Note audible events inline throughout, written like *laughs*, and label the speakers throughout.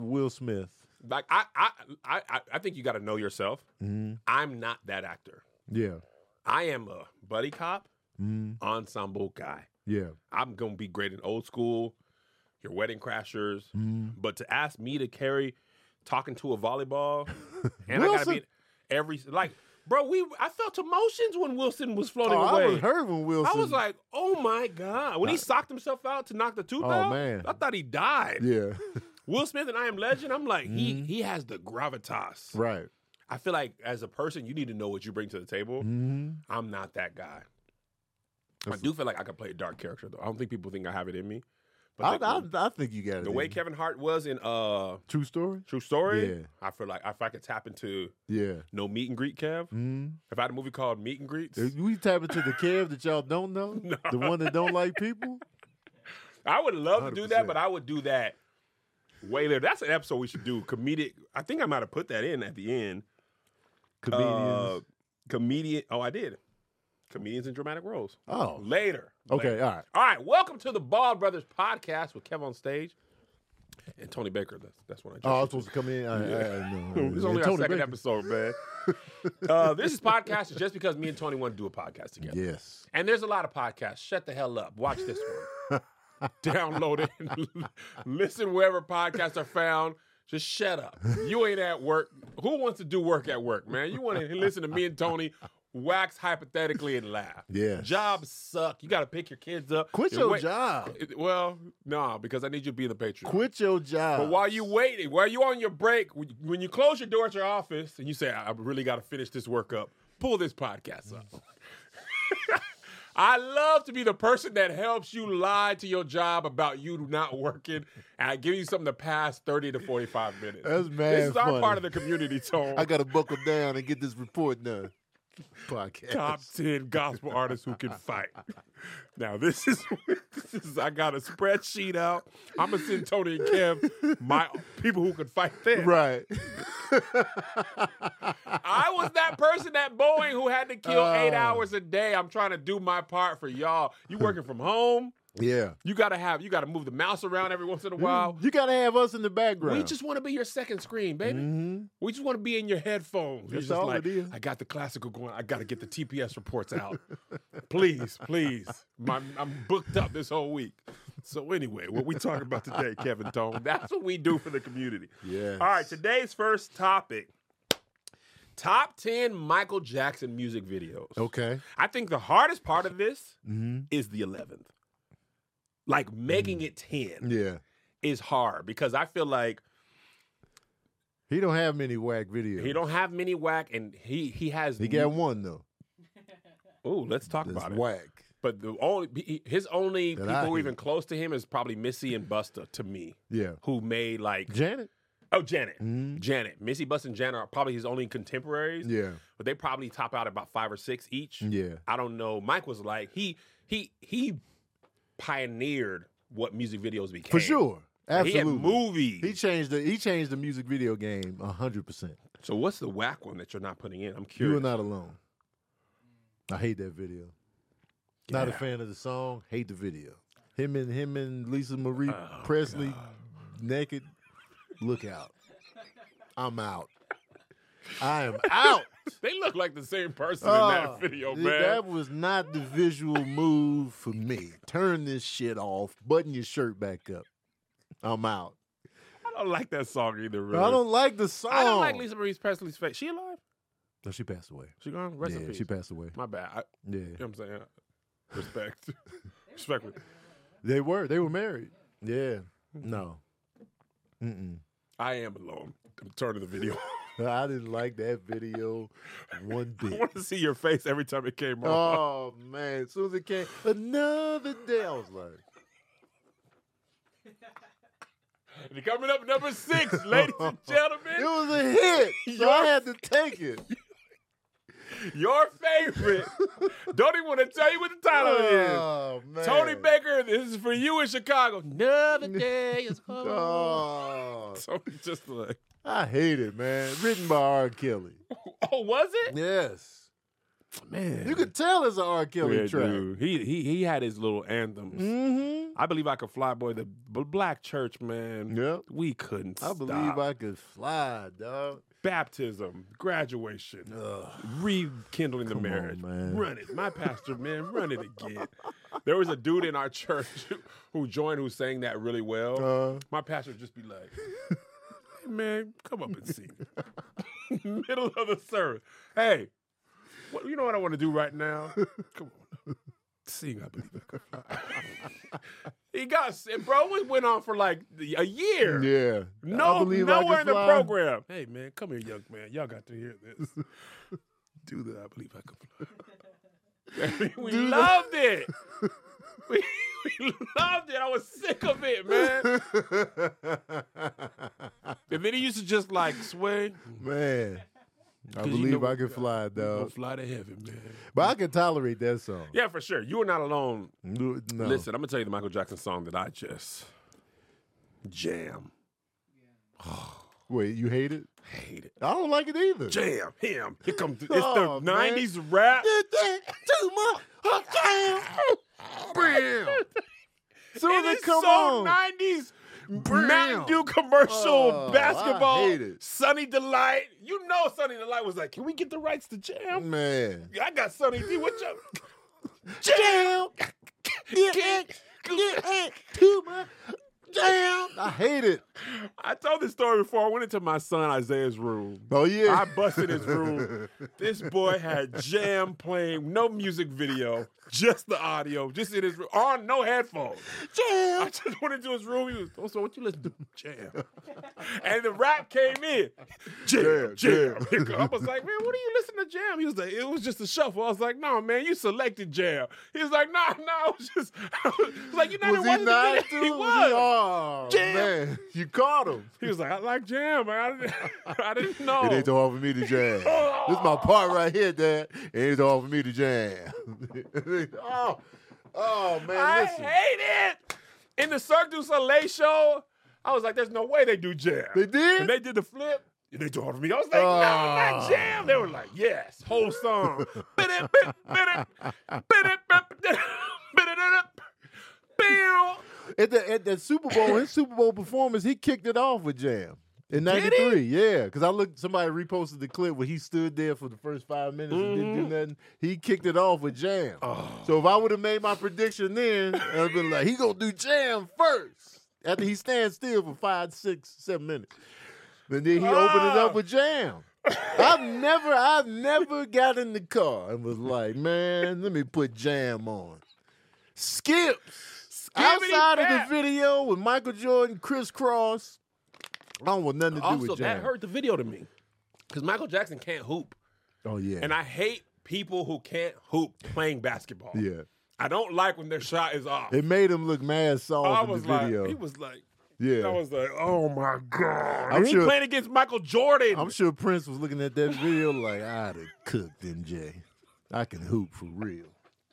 Speaker 1: Will Smith.
Speaker 2: Like I, I, I, I- I think you got to know yourself.
Speaker 1: Mm-hmm.
Speaker 2: I'm not that actor.
Speaker 1: Yeah.
Speaker 2: I am a buddy cop
Speaker 1: Mm-hmm.
Speaker 2: ensemble guy.
Speaker 1: Yeah.
Speaker 2: I'm gonna be great in old school, your wedding crashers.
Speaker 1: Mm-hmm.
Speaker 2: But to ask me to carry talking to a
Speaker 1: *laughs*
Speaker 2: volleyball, and I gotta
Speaker 1: Wilson.
Speaker 2: be in every like, bro. We I felt emotions when Wilson was floating
Speaker 1: Oh,
Speaker 2: away.
Speaker 1: I was hurt when Wilson.
Speaker 2: I was like, oh my god! When he socked himself out to knock the tooth
Speaker 1: Oh,
Speaker 2: out,
Speaker 1: man.
Speaker 2: I thought he died.
Speaker 1: *laughs* yeah, Mm-hmm.
Speaker 2: Will Smith and I Am Legend. I'm like, he he has the gravitas.
Speaker 1: right.
Speaker 2: I feel like as a person, you need to know what you bring to the table.
Speaker 1: Mhm.
Speaker 2: I'm not that guy. I
Speaker 1: That's-
Speaker 2: do feel like I could play a dark character though. I don't think people think I have it in me.
Speaker 1: I,
Speaker 2: But the,
Speaker 1: I, I think you got it.
Speaker 2: the way
Speaker 1: in.
Speaker 2: Kevin Hart was in uh
Speaker 1: True story.
Speaker 2: True Story,
Speaker 1: Yeah.
Speaker 2: I feel like if I could tap into
Speaker 1: Yeah.
Speaker 2: no meet and greet Kev,
Speaker 1: Mm.
Speaker 2: if I had a movie called Meet and Greets,
Speaker 1: If we tap into the Kev that y'all don't
Speaker 2: *laughs*
Speaker 1: know, the one that don't like people.
Speaker 2: I would love to do that,
Speaker 1: 100%.
Speaker 2: but I would do that way later. That's an episode we should do. Comedic. I think I might have put that in at the end.
Speaker 1: Comedians.
Speaker 2: Uh, comedian. Oh, I did. Comedians in dramatic roles.
Speaker 1: oh,
Speaker 2: Later.
Speaker 1: okay.
Speaker 2: Later.
Speaker 1: All right.
Speaker 2: All right. Welcome to the Bald Brothers podcast with Kev on stage and Tony Baker. That's that's what I. Just
Speaker 1: Oh, I was supposed to come in. I, I, I,
Speaker 2: *laughs*
Speaker 1: know.
Speaker 2: This is only our
Speaker 1: Tony
Speaker 2: second
Speaker 1: Baker.
Speaker 2: episode, man.
Speaker 1: *laughs*
Speaker 2: uh, this is podcast is just because me and Tony want to do a podcast together.
Speaker 1: Yes.
Speaker 2: And there's a lot of podcasts. Shut the hell up. Watch this
Speaker 1: *laughs*
Speaker 2: one. Download it. *laughs* Listen wherever podcasts are found. Just shut up. You ain't at work. Who wants to do work at work, man? You want to listen to me and Tony wax hypothetically and laugh.
Speaker 1: Yes.
Speaker 2: Jobs suck. You got to pick your kids up.
Speaker 1: Quit
Speaker 2: You're
Speaker 1: your
Speaker 2: wait-
Speaker 1: job.
Speaker 2: It- Well, no, because I need you to be in the Patreon.
Speaker 1: Quit your job.
Speaker 2: But while you waiting, while you on your break, when when you close your door at your office and you say, "I I really got to finish this work up," pull this podcast up. *laughs* I love to be the person that helps you lie to your job about you not working, and I give you something to pass thirty to forty-five minutes.
Speaker 1: That's mad
Speaker 2: This is our
Speaker 1: funny.
Speaker 2: part of the community, Tone.
Speaker 1: I got to buckle down and get this report
Speaker 2: *laughs*
Speaker 1: done. Podcast.
Speaker 2: top 10 gospel artists who can fight. *laughs* Now this is *laughs* this is I got a spreadsheet out. I'm gonna send Tony and Kev my people who can fight them.
Speaker 1: Right.
Speaker 2: I was that person at Boeing who had to kill
Speaker 1: Oh.
Speaker 2: eight hours a day. I'm trying to do my part for y'all. You working from home?
Speaker 1: *laughs* Yeah.
Speaker 2: You gotta have you gotta move the mouse around every once in
Speaker 1: Mm.
Speaker 2: a while.
Speaker 1: You got to have us in the background.
Speaker 2: We just want to be your second screen, baby.
Speaker 1: Mhm.
Speaker 2: We just want to be in your headphones. You're
Speaker 1: That's
Speaker 2: just
Speaker 1: all
Speaker 2: like,
Speaker 1: it is.
Speaker 2: I got the classical going. I got to get the TPS reports out. *laughs* please, please. My, I'm booked up this whole week. So anyway, what we talking
Speaker 1: *laughs*
Speaker 2: about today, Kevin Tone? That's what we do for the community.
Speaker 1: Yes.
Speaker 2: All right. Today's first topic: top ten Michael Jackson music videos.
Speaker 1: Okay.
Speaker 2: I think the hardest part of this
Speaker 1: hmm
Speaker 2: is the eleventh. Like making it ten
Speaker 1: Mm. Yeah.
Speaker 2: is hard because I feel like
Speaker 1: He don't have many whack videos. Mm-hmm.
Speaker 2: He don't have many whack, and he he has.
Speaker 1: He got one though.
Speaker 2: Ooh, let's talk
Speaker 1: That's
Speaker 2: about it.
Speaker 1: whack.
Speaker 2: But the only he- his only
Speaker 1: That
Speaker 2: people
Speaker 1: I
Speaker 2: who
Speaker 1: hear.
Speaker 2: even close to him is probably Missy and Busta to me,
Speaker 1: Yeah.
Speaker 2: who made like
Speaker 1: Janet.
Speaker 2: oh Janet,
Speaker 1: Mhm.
Speaker 2: Janet, Missy, Busta, and Janet are probably his only contemporaries.
Speaker 1: Yeah.
Speaker 2: But they probably top out about five or six each.
Speaker 1: Yeah.
Speaker 2: I don't know. Mike was like he he he pioneered what music videos became
Speaker 1: For sure.
Speaker 2: He had
Speaker 1: Absolutely.
Speaker 2: movies.
Speaker 1: He changed the he changed the music video game hundred percent.
Speaker 2: so what's the whack one that you're not putting in? I'm curious.
Speaker 1: You are not alone. I hate that video. Not a
Speaker 2: Yeah.
Speaker 1: fan of the song. Hate the video. Him and him and Lisa Marie
Speaker 2: Oh,
Speaker 1: Presley naked. Look out! I'm out. I am
Speaker 2: *laughs*
Speaker 1: out.
Speaker 2: They look like the same person in
Speaker 1: Oh,
Speaker 2: that *laughs* video,
Speaker 1: th-
Speaker 2: man.
Speaker 1: That was not the visual move for me. Turn this shit off. Button your shirt back up. I'm out.
Speaker 2: I don't like that song either. Really.
Speaker 1: I don't Oh. like the song.
Speaker 2: I don't like Lisa Marie Presley's face. She alive?
Speaker 1: No, she passed away.
Speaker 2: She gone? Rest in
Speaker 1: yeah,
Speaker 2: peace.
Speaker 1: she passed away.
Speaker 2: My bad. I,
Speaker 1: Yeah,
Speaker 2: you know what I'm saying? Respect. *laughs* Respect.
Speaker 1: they were. They were married. Yeah. No. Mm-mm.
Speaker 2: I am alone. I'm turning the video.
Speaker 1: I didn't like that video one
Speaker 2: *laughs* I *laughs*
Speaker 1: bit.
Speaker 2: want to see your face every time it came on.
Speaker 1: Oh man! As soon as it came, another day. I was like, Oh.
Speaker 2: And Coming up number six, ladies
Speaker 1: *laughs*
Speaker 2: and
Speaker 1: it
Speaker 2: gentlemen, *laughs*
Speaker 1: was a hit, so I had to take it.
Speaker 2: your
Speaker 1: *laughs*
Speaker 2: favorite. Don't even want to tell you what the title is.
Speaker 1: Oh man!
Speaker 2: Tony Baker, this is for you in Chicago.
Speaker 1: *laughs*
Speaker 2: Another day is coming. *laughs*
Speaker 1: Oh,
Speaker 2: So just like,
Speaker 1: I hate it, man. Written by R. Kelly.
Speaker 2: oh, was it?
Speaker 1: Yes.
Speaker 2: Man,
Speaker 1: You could tell it's an R. Kelly
Speaker 2: Yeah,
Speaker 1: track.
Speaker 2: dude. He he he had his little anthems.
Speaker 1: Mm-hmm.
Speaker 2: I believe I could fly, boy. The b- black church, man.
Speaker 1: Yep.
Speaker 2: We couldn't
Speaker 1: I
Speaker 2: stop.
Speaker 1: believe I could fly, dog.
Speaker 2: Baptism, graduation,
Speaker 1: Ugh.
Speaker 2: rekindling the
Speaker 1: Come on,
Speaker 2: marriage.
Speaker 1: man.
Speaker 2: Run it. My pastor, man, run it again. There was a dude in our *laughs* church who joined who sang that really well.
Speaker 1: Uh,
Speaker 2: My pastor would just be like, *laughs* hey, man, come up and sing. *laughs* Middle of the service. Hey, what, you know what I want to do right *laughs* now? Come on. Sing, I believe. *laughs* I Can Fly." he got, sick, bro, it went on for like a year.
Speaker 1: yeah.
Speaker 2: No,
Speaker 1: I believe I
Speaker 2: nowhere
Speaker 1: could
Speaker 2: in the
Speaker 1: fly.
Speaker 2: program. Hey, man, come here, young man. Y'all got to hear this. *laughs* Do that. I believe I can fly. *laughs* we
Speaker 1: Do that.
Speaker 2: loved it. *laughs* We, we loved it. I was sick of it, *laughs* man. And then he used to just like sway.
Speaker 1: Man, I
Speaker 2: 'Cause you
Speaker 1: believe
Speaker 2: know
Speaker 1: I
Speaker 2: we
Speaker 1: could
Speaker 2: got-
Speaker 1: fly,
Speaker 2: Don't
Speaker 1: dog.
Speaker 2: fly to heaven, man.
Speaker 1: But I can tolerate that song.
Speaker 2: Yeah, for sure. You are not alone.
Speaker 1: No. no.
Speaker 2: Listen, I'm gonna tell you the Michael Jackson song that I just jam.
Speaker 1: Wait, you hate it?
Speaker 2: Hate it.
Speaker 1: I don't like it either.
Speaker 2: Jam him. Here comes it's
Speaker 1: Oh,
Speaker 2: the
Speaker 1: man.
Speaker 2: '90s rap.
Speaker 1: Too
Speaker 2: *laughs*
Speaker 1: much. Bam. *laughs* Soon
Speaker 2: It
Speaker 1: as
Speaker 2: is
Speaker 1: it come
Speaker 2: so
Speaker 1: on.
Speaker 2: 90s
Speaker 1: Bam.
Speaker 2: Mountain Dew commercial
Speaker 1: Oh, I
Speaker 2: basketball.
Speaker 1: hate it.
Speaker 2: Sunny Delight. You know Sunny Delight was like, can we get the rights to jam?
Speaker 1: Man.
Speaker 2: I got Sunny D. What you
Speaker 1: Jam. Too much. Jam. I hate it.
Speaker 2: *laughs* I told this story before. I went into my son Isaiah's *laughs* room.
Speaker 1: Oh
Speaker 2: I
Speaker 1: yeah.
Speaker 2: busted his room. This boy had jam playing, no music video, just the audio, just in his room, on no headphones. I
Speaker 1: Jam.
Speaker 2: just went into his room. He was, oh, so what you listen to? Jam.
Speaker 1: *laughs*
Speaker 2: and the rap came in. Jam,
Speaker 1: Jam,
Speaker 2: jam.
Speaker 1: jam.
Speaker 2: *laughs* I was like, man, what are you listening to jam? He was like, it was just a shuffle. I was like, no, man, you selected jam. He was like, nah, nah, it was just, *laughs* I was like, you know,
Speaker 1: Was
Speaker 2: it
Speaker 1: he
Speaker 2: wasn't the
Speaker 1: not?
Speaker 2: video."
Speaker 1: Too?
Speaker 2: He
Speaker 1: Was
Speaker 2: was.
Speaker 1: he- Oh
Speaker 2: Jam.
Speaker 1: man, you caught him.
Speaker 2: He was like, I like jam. man. I didn't, *laughs* I didn't know.
Speaker 1: *laughs* It ain't hard for me to
Speaker 2: *laughs*
Speaker 1: jam. this my part right here, Dad. It ain't hard for me to jam. *laughs* oh, oh man,
Speaker 2: I
Speaker 1: listen.
Speaker 2: hate it. In the Cirque du Soleil show, I was like, there's no way they do jam.
Speaker 1: They did?
Speaker 2: And they did the flip. And they told me. I was like, no,
Speaker 1: Oh.
Speaker 2: not jam. They were like, yes, whole
Speaker 1: *laughs*
Speaker 2: song. Bidip, bidip, bidip, bidip, bidip, bidip, bidip.
Speaker 1: At the at that Super Bowl, his Super Bowl performance, he kicked it off with jam. In
Speaker 2: Did he?
Speaker 1: '93, yeah, because I looked. Somebody reposted the clip where he stood there for the first five minutes and
Speaker 2: Mm-hmm.
Speaker 1: didn't do nothing. He kicked it off with jam.
Speaker 2: Oh,
Speaker 1: So if I would have made my prediction then, I'd been like, he gonna do jam first after he stands still for five, six, seven minutes. And then he opened it
Speaker 2: Ah.
Speaker 1: up with jam. I've never, I've never got in the car and was like, man, let me put jam on. Skips.
Speaker 2: Skibbity
Speaker 1: Outside
Speaker 2: bap.
Speaker 1: of the video with Michael Jordan, crisscross. I don't want nothing to do
Speaker 2: Also,
Speaker 1: with jam.
Speaker 2: that hurt the video to me. Because Michael Jackson can't hoop.
Speaker 1: Oh yeah.
Speaker 2: And I hate people who can't hoop playing basketball.
Speaker 1: yeah.
Speaker 2: I don't like when their shot is off.
Speaker 1: It made him look mad
Speaker 2: I
Speaker 1: soft in
Speaker 2: was
Speaker 1: the
Speaker 2: like,
Speaker 1: video.
Speaker 2: he was like,
Speaker 1: yeah.
Speaker 2: I was like, oh my god!
Speaker 1: I'm
Speaker 2: he
Speaker 1: sure-
Speaker 2: playing against Michael Jordan.
Speaker 1: I'm sure Prince was looking at that video like, I'd have cooked MJ. I can hoop for real.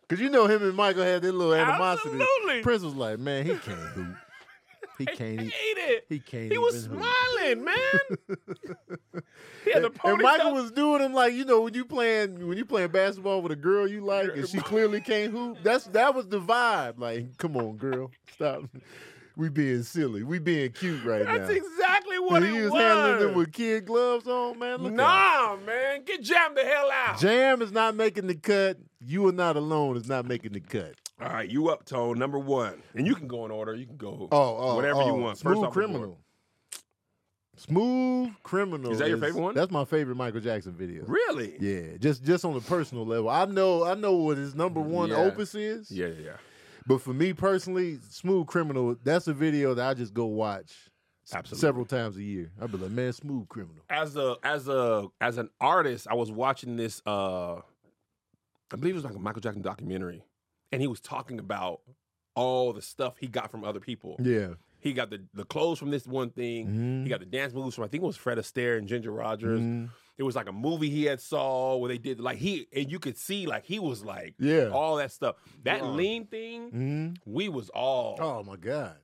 Speaker 1: Cause you know him and Michael had that little animosity.
Speaker 2: Absolutely.
Speaker 1: Prince was like, man, he can't hoop. He can't.
Speaker 2: hate
Speaker 1: e-
Speaker 2: it.
Speaker 1: He can't.
Speaker 2: He was
Speaker 1: even hoop."
Speaker 2: smiling, man. *laughs* he had the ponytail.
Speaker 1: And Michael was doing him like you know when you playing when you playing basketball with a girl you like and she clearly can't hoop. That's that was the vibe. Like, come on, girl, stop. We being silly. We being cute right
Speaker 2: That's
Speaker 1: now.
Speaker 2: exactly what
Speaker 1: he
Speaker 2: it
Speaker 1: was
Speaker 2: was.
Speaker 1: handling them with kid gloves on, man. Look at
Speaker 2: nah, man, get jammed the hell out.
Speaker 1: Jam is not making the cut. You are not alone is not making the cut.
Speaker 2: All right, you up, Tone? Number one, and you can go in order. You can go.
Speaker 1: Oh, oh
Speaker 2: Whatever you
Speaker 1: oh,
Speaker 2: want. First
Speaker 1: Smooth
Speaker 2: off the board.
Speaker 1: criminal. Smooth criminal.
Speaker 2: Is that your favorite one?
Speaker 1: That's my favorite Michael Jackson video.
Speaker 2: really?
Speaker 1: Yeah, just just on a personal level. I know I know what his number one
Speaker 2: Yeah.
Speaker 1: opus is.
Speaker 2: Yeah, yeah, yeah.
Speaker 1: But for me personally, Smooth Criminal, that's a video that I just go watch s-
Speaker 2: Absolutely.
Speaker 1: several times a year. I'd be like, man, Smooth Criminal.
Speaker 2: as a as a as an artist, I was watching this. uh I believe it was like a Michael Jackson documentary, and he was talking about all the stuff he got from other people.
Speaker 1: Yeah.
Speaker 2: He got the the clothes from this one thing.
Speaker 1: Mhm.
Speaker 2: He got the dance moves from I think it was Fred Astaire and Ginger Rogers.
Speaker 1: Mhm.
Speaker 2: It was like a movie he had saw where they did like he and you could see like he was like
Speaker 1: Yeah.
Speaker 2: all that stuff. That
Speaker 1: Yeah.
Speaker 2: lean thing,
Speaker 1: Mhm.
Speaker 2: we was all.
Speaker 1: Oh my God.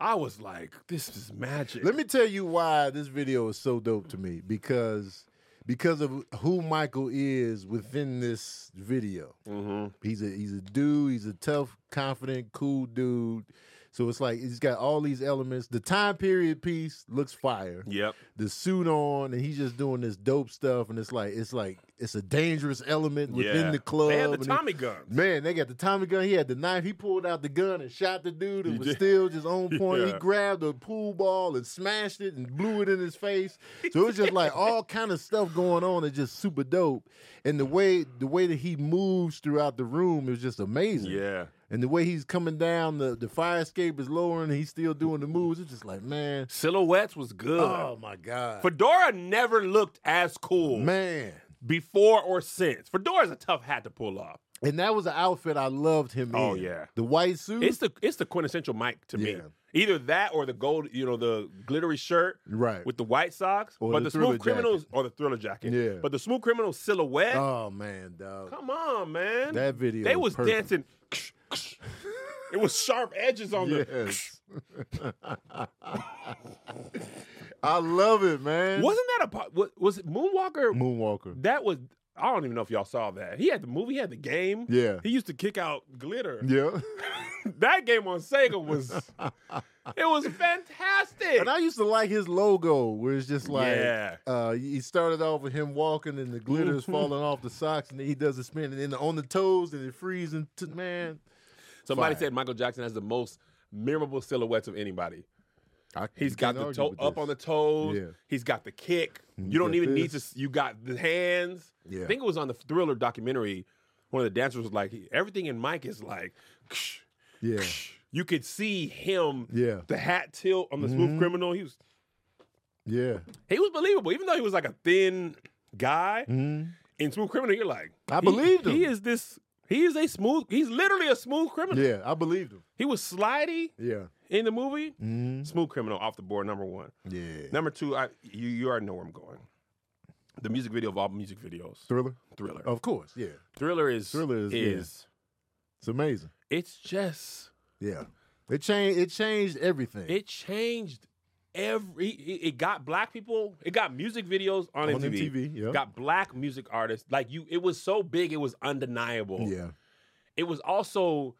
Speaker 2: I was like, this is magic.
Speaker 1: Let me tell you why this video is so dope to me because because of who Michael is within this video.
Speaker 2: Mm-hmm.
Speaker 1: He's a he's a dude. He's a tough, confident, cool dude. So it's like he's got all these elements. The time period piece looks fire.
Speaker 2: Yep.
Speaker 1: The suit on, and he's just doing this dope stuff. And it's like it's like it's a dangerous element within
Speaker 2: yeah.
Speaker 1: the club.
Speaker 2: They had the
Speaker 1: and it-
Speaker 2: Tommy guns.
Speaker 1: Man, they got the Tommy gun. He had the knife. He pulled out the gun and shot the dude and
Speaker 2: He
Speaker 1: was
Speaker 2: did.
Speaker 1: still just
Speaker 2: *laughs*
Speaker 1: on point. He
Speaker 2: Yeah.
Speaker 1: grabbed a pool ball and smashed it and blew it in his face. So it was just like all kind of stuff going on and just super dope. And the way the way that he moves throughout the room is just amazing.
Speaker 2: Yeah.
Speaker 1: And the way he's coming down, the, the fire escape is lowering, and he's still doing the moves. It's just like, man,
Speaker 2: Silhouettes was good.
Speaker 1: oh my God.
Speaker 2: Fedora never looked as cool
Speaker 1: man.
Speaker 2: before or since. Fedora's a tough hat to pull off.
Speaker 1: And that was an outfit I loved him
Speaker 2: Oh,
Speaker 1: in.
Speaker 2: yeah.
Speaker 1: The white suit.
Speaker 2: It's the it's the quintessential Mike to me.
Speaker 1: Mm-hmm. Yeah.
Speaker 2: Either that or the gold, you know, the glittery shirt
Speaker 1: right.
Speaker 2: with the white socks,
Speaker 1: Or
Speaker 2: but
Speaker 1: the
Speaker 2: the,
Speaker 1: Thriller
Speaker 2: smooth criminals or the thriller jacket.
Speaker 1: Yeah.
Speaker 2: But the smooth criminal silhouette.
Speaker 1: oh, man, dog.
Speaker 2: come on, man.
Speaker 1: That video.
Speaker 2: they was
Speaker 1: perfect.
Speaker 2: dancing. it was sharp edges on the.
Speaker 1: Yes. *laughs* I love it, man.
Speaker 2: Wasn't that a po- wa- was it Moonwalker?
Speaker 1: Moonwalker?
Speaker 2: That was I don't even know if y'all saw that. He had the movie, he had the game.
Speaker 1: Yeah.
Speaker 2: He used to kick out glitter.
Speaker 1: Yeah.
Speaker 2: That game on Sega
Speaker 1: *laughs*
Speaker 2: was it was fantastic.
Speaker 1: And I used to like his logo, where it's just like
Speaker 2: Yeah. Mm-hmm.
Speaker 1: uh, he started off with him walking, and the glitter is falling off the socks, and then he does a spin, and then on the toes, and it freezing. T- man,
Speaker 2: Somebody
Speaker 1: Fire.
Speaker 2: said Michael Jackson has the most memorable silhouettes of anybody.
Speaker 1: I,
Speaker 2: He's
Speaker 1: you
Speaker 2: got
Speaker 1: can't argue
Speaker 2: the toe
Speaker 1: with
Speaker 2: up
Speaker 1: this.
Speaker 2: on the toes.
Speaker 1: Yeah.
Speaker 2: He's got the kick.
Speaker 1: Mhm.
Speaker 2: You don't
Speaker 1: Got
Speaker 2: even need to.
Speaker 1: this.
Speaker 2: s- You got the hands.
Speaker 1: Yeah.
Speaker 2: I think it was on the Thriller documentary. One of the dancers was like, he- everything in Mike is like, ksh,
Speaker 1: Yeah,
Speaker 2: ksh. you could see him.
Speaker 1: Yeah.
Speaker 2: The hat tilt on the smooth
Speaker 1: Mhm.
Speaker 2: criminal. He was
Speaker 1: yeah.
Speaker 2: he was believable, even though he was like a thin guy
Speaker 1: Mhm.
Speaker 2: in smooth criminal. You're like,
Speaker 1: I
Speaker 2: he-
Speaker 1: believed
Speaker 2: He
Speaker 1: him.
Speaker 2: is this. He is a smooth. He's literally a smooth criminal.
Speaker 1: Yeah, I believed him.
Speaker 2: He was slidey
Speaker 1: Yeah,
Speaker 2: in the movie.
Speaker 1: Mhm.
Speaker 2: Smooth Criminal off the board, number one.
Speaker 1: yeah.
Speaker 2: Number two, I you, you already know where I'm going. The music video of all music videos,
Speaker 1: Thriller,
Speaker 2: Thriller.
Speaker 1: of course. Yeah,
Speaker 2: Thriller is
Speaker 1: oh. Thriller is- yeah. it's amazing.
Speaker 2: it's just
Speaker 1: Yeah, it changed. It changed everything.
Speaker 2: it changed every. It, it got black people. It got music videos on,
Speaker 1: on
Speaker 2: MTV.
Speaker 1: MTV. Yeah.
Speaker 2: Got black music artists like you. It was so big, it was undeniable.
Speaker 1: Yeah.
Speaker 2: It was also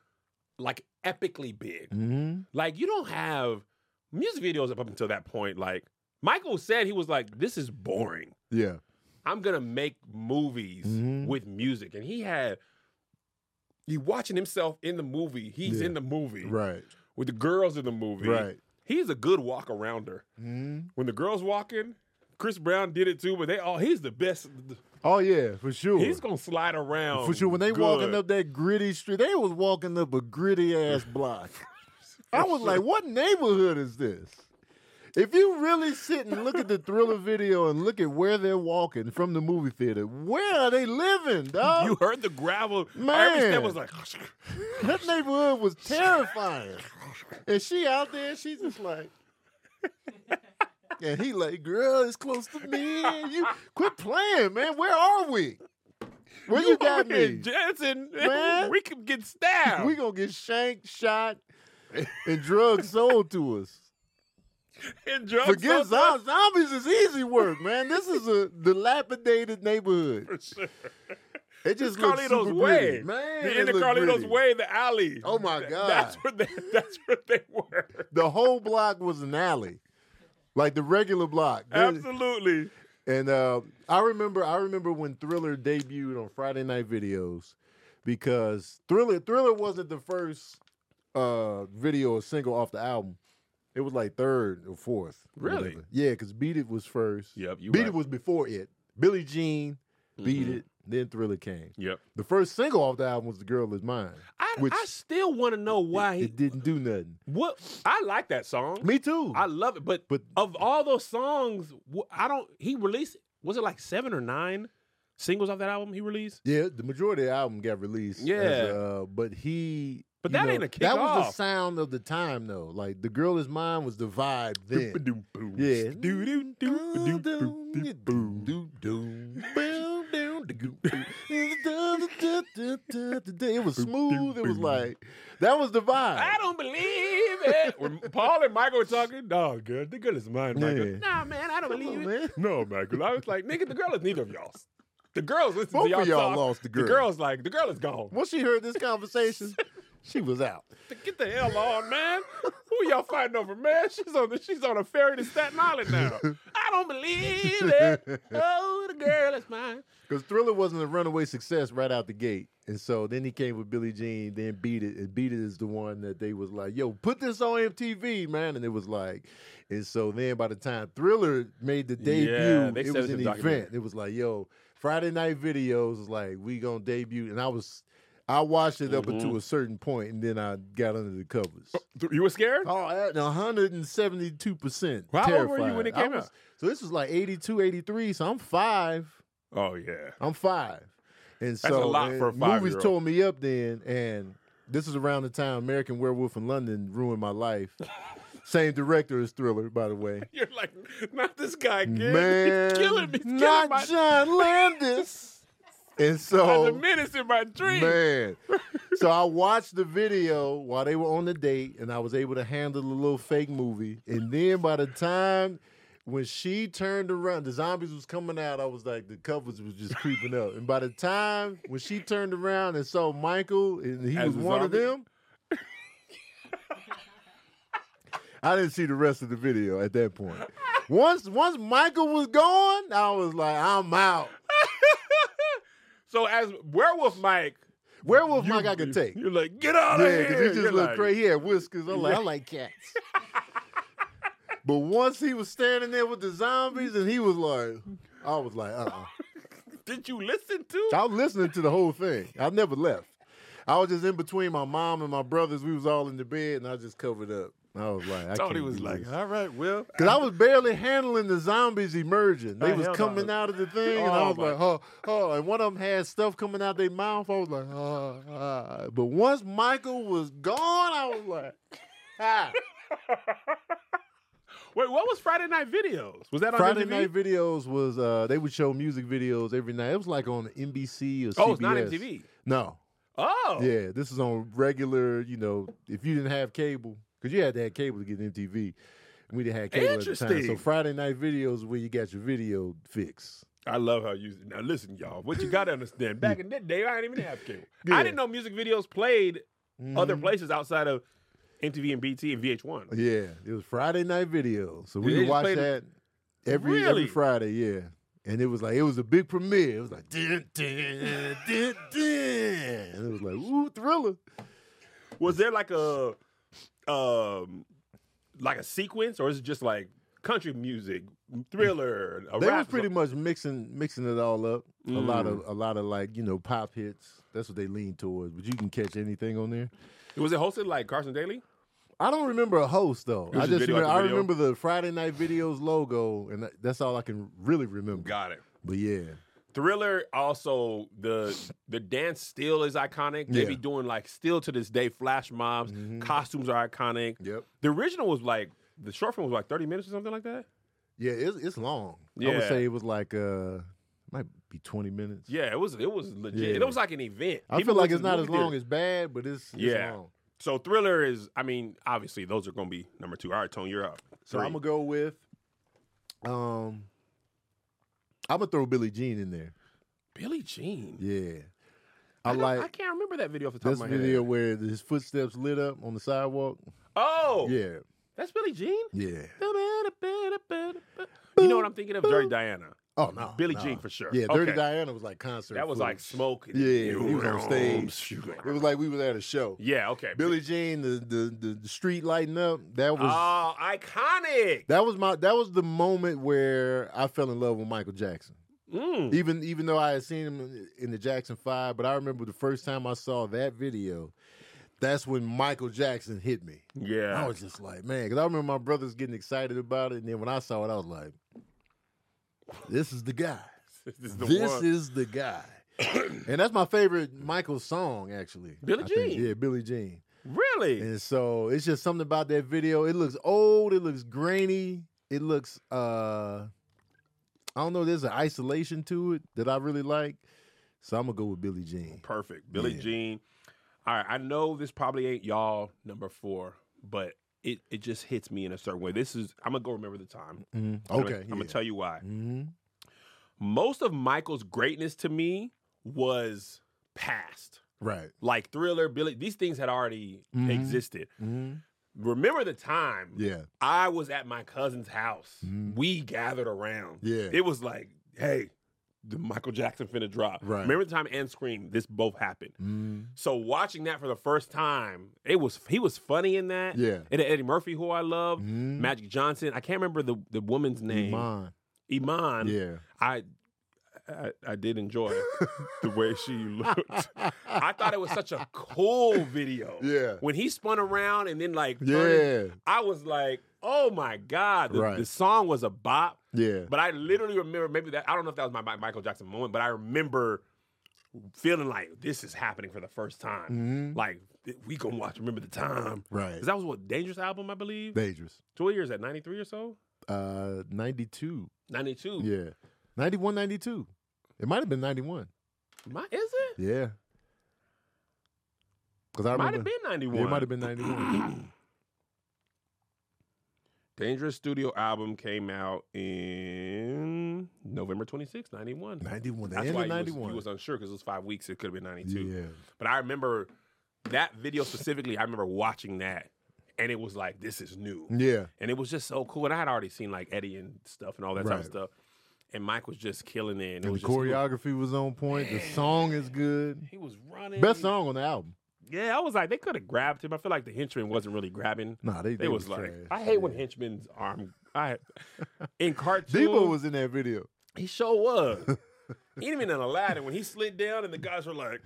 Speaker 2: like epically big.
Speaker 1: Mm-hmm.
Speaker 2: Like you don't have music videos up until that point. Like Michael said, he was like, "This is boring."
Speaker 1: Yeah.
Speaker 2: I'm gonna make movies
Speaker 1: Mhm.
Speaker 2: with music. And he had you watching himself in the movie. He's
Speaker 1: Yeah.
Speaker 2: in the movie
Speaker 1: Right.
Speaker 2: with the girls in the movie.
Speaker 1: Right.
Speaker 2: He's a good walk arounder.
Speaker 1: Mm-hmm.
Speaker 2: When the girls walking, Chris Brown did it too, but they all he's the best.
Speaker 1: Oh yeah, for sure.
Speaker 2: He's gonna slide around.
Speaker 1: for sure. When they
Speaker 2: good.
Speaker 1: walking up that gritty street, they was walking up a gritty ass
Speaker 2: *laughs*
Speaker 1: block. I was like, what neighborhood is this? If you really sit and look at the thriller video and look at where they're walking from the movie theater, where are they living, dog?
Speaker 2: you heard the gravel. Every
Speaker 1: Man.
Speaker 2: step was like
Speaker 1: That neighborhood was terrifying. And she out there, she's just like, and he like, girl, it's close to me. You quit playing, man. Where are we? Where
Speaker 2: *laughs*
Speaker 1: you, got
Speaker 2: over here
Speaker 1: me?
Speaker 2: *laughs* Jensen,
Speaker 1: Man.
Speaker 2: we could get stabbed.
Speaker 1: We gonna get shanked, shot, and drugs sold to us.
Speaker 2: and drugs *laughs*
Speaker 1: Forget zom-
Speaker 2: sold
Speaker 1: zombies is easy work, man. This is a dilapidated neighborhood.
Speaker 2: for sure.
Speaker 1: It just looks
Speaker 2: Carlitos
Speaker 1: super
Speaker 2: Way.
Speaker 1: gritty. man.
Speaker 2: the, in
Speaker 1: it
Speaker 2: the
Speaker 1: look
Speaker 2: Carlitos
Speaker 1: gritty.
Speaker 2: Way, the alley.
Speaker 1: Oh, my
Speaker 2: Th-
Speaker 1: God.
Speaker 2: That's where they, *laughs* that's where they were.
Speaker 1: The whole block was an alley, like the regular block. There-
Speaker 2: *laughs* Absolutely.
Speaker 1: And uh, I remember, I remember when Thriller debuted on Friday Night Videos, because Thriller, Thriller wasn't the first uh, video or single off the album. It was like third or fourth. or
Speaker 2: Really?
Speaker 1: whatever. Yeah, because Beat It was first.
Speaker 2: Yep. You Mm-hmm.
Speaker 1: Beat It was before it. Billie Jean, Beat It, then Thriller came.
Speaker 2: Yep.
Speaker 1: The first single off the album was "The Girl Is Mine."
Speaker 2: I,
Speaker 1: Which-
Speaker 2: I still want to know why
Speaker 1: It,
Speaker 2: he.
Speaker 1: it didn't do nothing.
Speaker 2: what I like that song.
Speaker 1: Me too.
Speaker 2: I love it, but
Speaker 1: but
Speaker 2: of all those songs, wh- I don't. He released was it like seven or nine singles off that album he released?
Speaker 1: Yeah, the majority of the album got released. as,
Speaker 2: Yeah.
Speaker 1: uh, but he.
Speaker 2: But
Speaker 1: you
Speaker 2: that
Speaker 1: know,
Speaker 2: ain't a
Speaker 1: That was the
Speaker 2: kickoff.
Speaker 1: sound of the time, though. Like the girl is mine was the
Speaker 2: *laughs*
Speaker 1: vibe then.
Speaker 2: Yeah.
Speaker 1: Yeah.
Speaker 2: Do do do do do do.
Speaker 1: It was smooth. It was like that was the
Speaker 2: I
Speaker 1: vibe.
Speaker 2: don't believe it. When Paul and Michael were talking, dog, good. The good is mine, Michael.
Speaker 1: Yeah.
Speaker 2: Nah, man, I don't believe
Speaker 1: on,
Speaker 2: it.
Speaker 1: man.
Speaker 2: No, man. 'cause I was like, nigga, the girl is neither of y'all. The girls listen
Speaker 1: Both
Speaker 2: to
Speaker 1: of
Speaker 2: y'all.
Speaker 1: y'all
Speaker 2: talk.
Speaker 1: lost the girl.
Speaker 2: The girl's like, the girl is gone.
Speaker 1: Once she heard this
Speaker 2: *laughs*
Speaker 1: conversation, she was out.
Speaker 2: Get the hell on, man. Who y'all fighting over, man? She's on the she's on a ferry to Staten Island now. I don't believe
Speaker 1: *laughs*
Speaker 2: it. Oh, the girl is mine.
Speaker 1: Because Thriller wasn't a runaway success right out the gate. And so then he came with Billie Jean, then Beat It. And Beat It is the one that they was like, yo, put this on MTV, man. And it was like, and so then by the time Thriller made the debut,
Speaker 2: Yeah, they
Speaker 1: it
Speaker 2: said
Speaker 1: was
Speaker 2: it's
Speaker 1: an
Speaker 2: a documentary.
Speaker 1: event. It was like, yo, Friday night videos was like, we gonna debut. And I was I watched it up
Speaker 2: Mhm.
Speaker 1: until a certain point and then I got under the covers.
Speaker 2: Th- You were scared?
Speaker 1: Oh, at 172%.
Speaker 2: How old were you
Speaker 1: terrified.
Speaker 2: when it
Speaker 1: I
Speaker 2: came
Speaker 1: was-
Speaker 2: out?
Speaker 1: So this was like 82, 83. So I'm five.
Speaker 2: Oh yeah.
Speaker 1: I'm five. And
Speaker 2: a
Speaker 1: so
Speaker 2: lot
Speaker 1: and
Speaker 2: for a
Speaker 1: movies
Speaker 2: five-year-old.
Speaker 1: tore me up then, and this is around the time American Werewolf in London ruined my
Speaker 2: *laughs*
Speaker 1: life. Same director as Thriller, by the way.
Speaker 2: You're like, not this guy again. *laughs*
Speaker 1: Man,
Speaker 2: He's killing me. He's killing
Speaker 1: not
Speaker 2: my,
Speaker 1: John
Speaker 2: *laughs*
Speaker 1: Landis. and
Speaker 2: I'm the
Speaker 1: so,
Speaker 2: menace in my dream.
Speaker 1: man, so I watched the video while they were on the date, and I was able to handle the little fake movie. And then by the time when she turned around, the zombies was coming out. I was like, the covers was just creeping up. And by the time when she turned around and saw Michael, and he
Speaker 2: As
Speaker 1: was
Speaker 2: a
Speaker 1: one of
Speaker 2: zombie?
Speaker 1: them. I didn't see the rest of the video at that point. Once once Michael was gone, I was like, I'm out.
Speaker 2: So as werewolf Mike,
Speaker 1: Werewolf
Speaker 2: you-
Speaker 1: Mike I could take.
Speaker 2: You're like, get out of
Speaker 1: Yeah,
Speaker 2: here.
Speaker 1: because he
Speaker 2: You're
Speaker 1: just looked
Speaker 2: like,
Speaker 1: crazy. He had whiskers. I'm like,
Speaker 2: Yeah.
Speaker 1: I like cats.
Speaker 2: *laughs*
Speaker 1: but once he was standing there with the zombies, and he was like, I was like, uh uh
Speaker 2: Did you listen to?
Speaker 1: I was listening to the whole thing. I never left. I was just in between my mom and my brothers. We was all in the bed, and I just covered up. I was like, I
Speaker 2: Tony
Speaker 1: can't
Speaker 2: was
Speaker 1: do
Speaker 2: like,
Speaker 1: this.
Speaker 2: all right, well.
Speaker 1: Cause I was barely handling the zombies emerging. They
Speaker 2: Oh,
Speaker 1: was
Speaker 2: hell no.
Speaker 1: coming out of the thing, and
Speaker 2: Oh,
Speaker 1: I was
Speaker 2: my-
Speaker 1: like, oh, oh. And one of them had stuff coming out their mouth. I was like, oh, ah. But once Michael was gone, I was like, *laughs* ah.
Speaker 2: Wait, what was Friday night videos? Was that on
Speaker 1: Friday
Speaker 2: MTV?
Speaker 1: night videos was uh, they would show music videos every night. It was like on NBC or
Speaker 2: Oh, it's not
Speaker 1: CBS.
Speaker 2: MTV.
Speaker 1: No,
Speaker 2: Oh,
Speaker 1: yeah, this is on regular. You know, if you didn't have cable, because you had to have cable to get MTV. We didn't have cable at the time, so
Speaker 2: Interesting.
Speaker 1: Friday night videos where you got your video fix.
Speaker 2: I love how you. Now listen, y'all. What you gotta
Speaker 1: *laughs*
Speaker 2: understand? Back in that day, I didn't even have cable.
Speaker 1: Yeah. Mm-hmm.
Speaker 2: I didn't know music videos played other places outside of MTV and BT and VH1.
Speaker 1: Yeah, it was Friday night video, so
Speaker 2: They
Speaker 1: we would
Speaker 2: just
Speaker 1: watch
Speaker 2: played
Speaker 1: that
Speaker 2: it-
Speaker 1: every
Speaker 2: Really?
Speaker 1: every Friday. Yeah, and it was like it was a big premiere. It was like dun, dun, dun, dun. And it was like ooh thriller.
Speaker 2: Was there like a, um, like a sequence, or is it just like country music, thriller, a
Speaker 1: They
Speaker 2: rap?
Speaker 1: was
Speaker 2: or
Speaker 1: pretty
Speaker 2: something?
Speaker 1: much mixing mixing it all up. A lot of
Speaker 2: Mm.
Speaker 1: a lot of like you know pop hits. That's what they lean towards. But you can catch anything on there.
Speaker 2: Was it hosted like Carson Daly?
Speaker 1: I don't remember a host though.
Speaker 2: was
Speaker 1: I
Speaker 2: just
Speaker 1: just
Speaker 2: video
Speaker 1: remember, I
Speaker 2: after video?
Speaker 1: remember the Friday night videos logo, and that- that's all I can really remember.
Speaker 2: Got it.
Speaker 1: But yeah,
Speaker 2: Thriller also the the dance still is iconic. They be
Speaker 1: Yeah. Mm-hmm.
Speaker 2: doing like still to this day flash mobs. Costumes are iconic.
Speaker 1: Yep.
Speaker 2: The original was like the short film was like thirty minutes or something like that.
Speaker 1: yeah, it's it's long. I would
Speaker 2: Yeah.
Speaker 1: say it was like uh might be twenty minutes.
Speaker 2: Yeah, it was it was legit.
Speaker 1: Yeah.
Speaker 2: It was like an event.
Speaker 1: I
Speaker 2: People
Speaker 1: feel like
Speaker 2: went to
Speaker 1: it's
Speaker 2: the
Speaker 1: not as
Speaker 2: movie
Speaker 1: long
Speaker 2: theater.
Speaker 1: as bad, but it's, it's
Speaker 2: Yeah.
Speaker 1: long.
Speaker 2: So Thriller is. I mean, obviously those are going to be number two. All right, Tone, you're up.
Speaker 1: So I'm gonna go with um I'm gonna throw Billie Jean in there.
Speaker 2: Billy Jean.
Speaker 1: Yeah. I,
Speaker 2: don't-
Speaker 1: like
Speaker 2: I can't remember that video off the top
Speaker 1: This
Speaker 2: of my head.
Speaker 1: video where his footsteps lit up on the sidewalk.
Speaker 2: Oh,
Speaker 1: Yeah,
Speaker 2: that's Billy Jean.
Speaker 1: yeah.
Speaker 2: You know what I'm thinking of? Dirty Diana.
Speaker 1: Oh no,
Speaker 2: Billie
Speaker 1: no.
Speaker 2: Jean for sure.
Speaker 1: Yeah, Dirty
Speaker 2: Okay.
Speaker 1: Diana was like concert.
Speaker 2: That was like
Speaker 1: footage.
Speaker 2: smoking.
Speaker 1: Yeah, he was on stage. It was like we was at a show.
Speaker 2: Yeah, okay.
Speaker 1: Billie Jean, the, the the the street lighting up. That was
Speaker 2: Oh, iconic.
Speaker 1: that was my that was the moment where I fell in love with Michael Jackson.
Speaker 2: Mm.
Speaker 1: Even even though I had seen him in- in the Jackson Five, but I remember the first time I saw that video. That's when Michael Jackson hit me. I
Speaker 2: Yeah.
Speaker 1: was just like, man, because I remember my brothers getting excited about it, and then when I saw it, I was like, this is the guy.
Speaker 2: *laughs* this is the
Speaker 1: This
Speaker 2: one.
Speaker 1: is the
Speaker 2: *coughs*
Speaker 1: guy. and that's my favorite Michael song, actually.
Speaker 2: Billie
Speaker 1: I think.
Speaker 2: Jean.
Speaker 1: Yeah, Billie Jean.
Speaker 2: really?
Speaker 1: And so it's just something about that video. It looks old, it looks grainy, it looks uh I don't know, there's an isolation to it that I really like. So I'm gonna go with Billie Jean.
Speaker 2: Perfect. Billie
Speaker 1: Yeah.
Speaker 2: Jean. All right, I know this probably ain't y'all number four, but it it just hits me in a certain way. This is I'm gonna go remember the time. I'm gonna-
Speaker 1: Mm-hmm. Okay.
Speaker 2: I'm gonna tell you why.
Speaker 1: hmm
Speaker 2: Most of Michael's greatness to me was past.
Speaker 1: Right.
Speaker 2: Like Thriller, Billy, these things had already
Speaker 1: Mhm.
Speaker 2: existed.
Speaker 1: hmm
Speaker 2: Remember the time
Speaker 1: Yeah.
Speaker 2: I was at my cousin's house.
Speaker 1: Mhm.
Speaker 2: We gathered around.
Speaker 1: Yeah.
Speaker 2: It was like, hey, the Michael Jackson finna drop.
Speaker 1: Right.
Speaker 2: Remember the time and Scream, this both happened. *laughs*
Speaker 1: mm
Speaker 2: So watching that for the first time, it was he was funny in that.
Speaker 1: Yeah.
Speaker 2: And Eddie Murphy, who I love,
Speaker 1: Mhm.
Speaker 2: Magic Johnson. I can't remember the, the woman's name.
Speaker 1: Iman.
Speaker 2: Iman. *laughs*
Speaker 1: Yeah. *laughs*
Speaker 2: I, I I did enjoy *laughs* the way
Speaker 1: *laughs*
Speaker 2: she looked. I thought it was such a cool video.
Speaker 1: Yeah.
Speaker 2: When he spun around and then like turned
Speaker 1: Yeah.
Speaker 2: I was like, oh my God. The,
Speaker 1: Right.
Speaker 2: the song was a bop.
Speaker 1: Yeah.
Speaker 2: But I literally remember maybe that I don't know if that was my Mi- Michael Jackson moment, but I remember feeling like this is happening for the first time.
Speaker 1: Mhm.
Speaker 2: Like th- we gonna watch Remember the Time.
Speaker 1: Right.
Speaker 2: 'Cause that was what Dangerous album, I believe.
Speaker 1: Dangerous.
Speaker 2: Toy years at 93 or so?
Speaker 1: Uh, 92.
Speaker 2: 92.
Speaker 1: Yeah. 91, 92. It might have been 91.
Speaker 2: My, is it?
Speaker 1: Yeah. Because I
Speaker 2: might
Speaker 1: remember.
Speaker 2: have been
Speaker 1: Yeah,
Speaker 2: 91.
Speaker 1: it might have been
Speaker 2: *coughs*
Speaker 1: 91.
Speaker 2: *clears throat* Dangerous studio album came out in November 26, 91.
Speaker 1: 91. The
Speaker 2: That's
Speaker 1: end
Speaker 2: why
Speaker 1: of
Speaker 2: he was,
Speaker 1: 91.
Speaker 2: he was unsure because it was five weeks. It could have been 92.
Speaker 1: yeah.
Speaker 2: But I remember that video specifically. I remember watching that, and it was like, this is new,
Speaker 1: Yeah.
Speaker 2: and it was just so cool. And I had already seen like Eddie and stuff and all that type of
Speaker 1: Right.
Speaker 2: stuff, and Mike was just killing it. And, it
Speaker 1: And
Speaker 2: was
Speaker 1: the
Speaker 2: just cool.
Speaker 1: choreography was on point. The song is good.
Speaker 2: He was running.
Speaker 1: Best song on the album.
Speaker 2: Yeah, I was like, they could have grabbed him. I feel like the henchman wasn't really grabbing.
Speaker 1: Nah, they,
Speaker 2: They, was,
Speaker 1: was
Speaker 2: like,
Speaker 1: trash.
Speaker 2: I hate when
Speaker 1: Yeah.
Speaker 2: henchman's arm. I in
Speaker 1: *laughs*
Speaker 2: cartoon.
Speaker 1: Debo was in that video.
Speaker 2: He sure was. Even in Aladdin, when he slid down and the guys were like,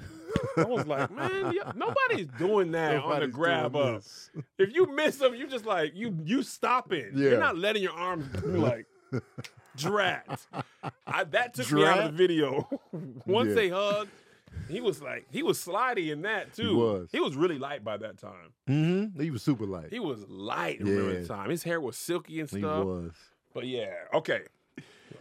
Speaker 2: I was like, man, yeah, nobody's doing that on
Speaker 1: Nobody's
Speaker 2: the grab
Speaker 1: doing
Speaker 2: up.
Speaker 1: this.
Speaker 2: If you miss them, you just like you you stop it.
Speaker 1: Yeah.
Speaker 2: You're not letting your arms be like drat. I, that took me out of
Speaker 1: Drat?
Speaker 2: the video.
Speaker 1: *laughs*
Speaker 2: Once
Speaker 1: Yeah.
Speaker 2: they hugged, he was like he was slidey in that too.
Speaker 1: was.
Speaker 2: really light by that time.
Speaker 1: Mhm. He was super light.
Speaker 2: He was light remember the
Speaker 1: Yeah.
Speaker 2: time. His hair was silky and
Speaker 1: He
Speaker 2: stuff.
Speaker 1: was.
Speaker 2: But yeah, okay.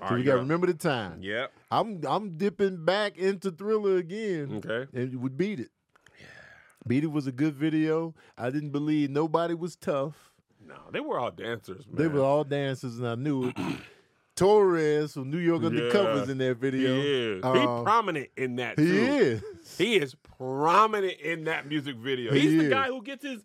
Speaker 2: All
Speaker 1: So
Speaker 2: right,
Speaker 1: we got to
Speaker 2: you're up.
Speaker 1: remember the time.
Speaker 2: Yep.
Speaker 1: I'm I'm dipping back into Thriller again,
Speaker 2: Okay.
Speaker 1: and would beat it. Beat it was a good video. I didn't believe nobody was tough.
Speaker 2: No, they were all dancers, man.
Speaker 1: They were all dancers, and I knew it. *clears throat* Torres from New York Undercover
Speaker 2: Yeah.
Speaker 1: is in that
Speaker 2: He
Speaker 1: video.
Speaker 2: is. he
Speaker 1: Uh,
Speaker 2: prominent in that too.
Speaker 1: He is.
Speaker 2: He is prominent in that music video.
Speaker 1: He
Speaker 2: he's the
Speaker 1: is.
Speaker 2: guy who gets his.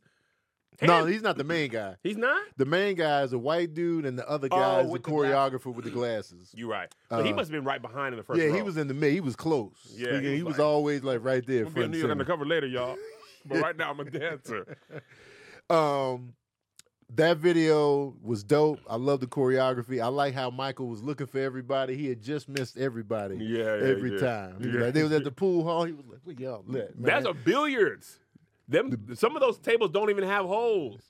Speaker 1: No,
Speaker 2: hand-
Speaker 1: he's not the main guy.
Speaker 2: he's not.
Speaker 1: The main guy is a white dude, and the other
Speaker 2: Oh,
Speaker 1: guy is the
Speaker 2: with the glasses.
Speaker 1: choreographer with
Speaker 2: *clears throat*
Speaker 1: the glasses.
Speaker 2: You're right. But he
Speaker 1: Uh,
Speaker 2: must have been right behind in the first.
Speaker 1: yeah, he
Speaker 2: row.
Speaker 1: was in the mid. He was close.
Speaker 2: Yeah, he
Speaker 1: he,
Speaker 2: was
Speaker 1: he was
Speaker 2: like-
Speaker 1: always like right there.
Speaker 2: I'm
Speaker 1: front
Speaker 2: gonna
Speaker 1: and
Speaker 2: be
Speaker 1: center.
Speaker 2: on the cover
Speaker 1: *laughs*
Speaker 2: later, y'all. But right now I'm a dancer.
Speaker 1: um that video was dope. I love the choreography. I like how Michael was looking for everybody. He had just missed everybody
Speaker 2: Yeah, yeah,
Speaker 1: every
Speaker 2: yeah.
Speaker 1: time. He was
Speaker 2: Yeah.
Speaker 1: like, they was at the pool hall. He was like, "Where y'all at?" Man?
Speaker 2: That's a billiards. Them some of those tables don't even have holes.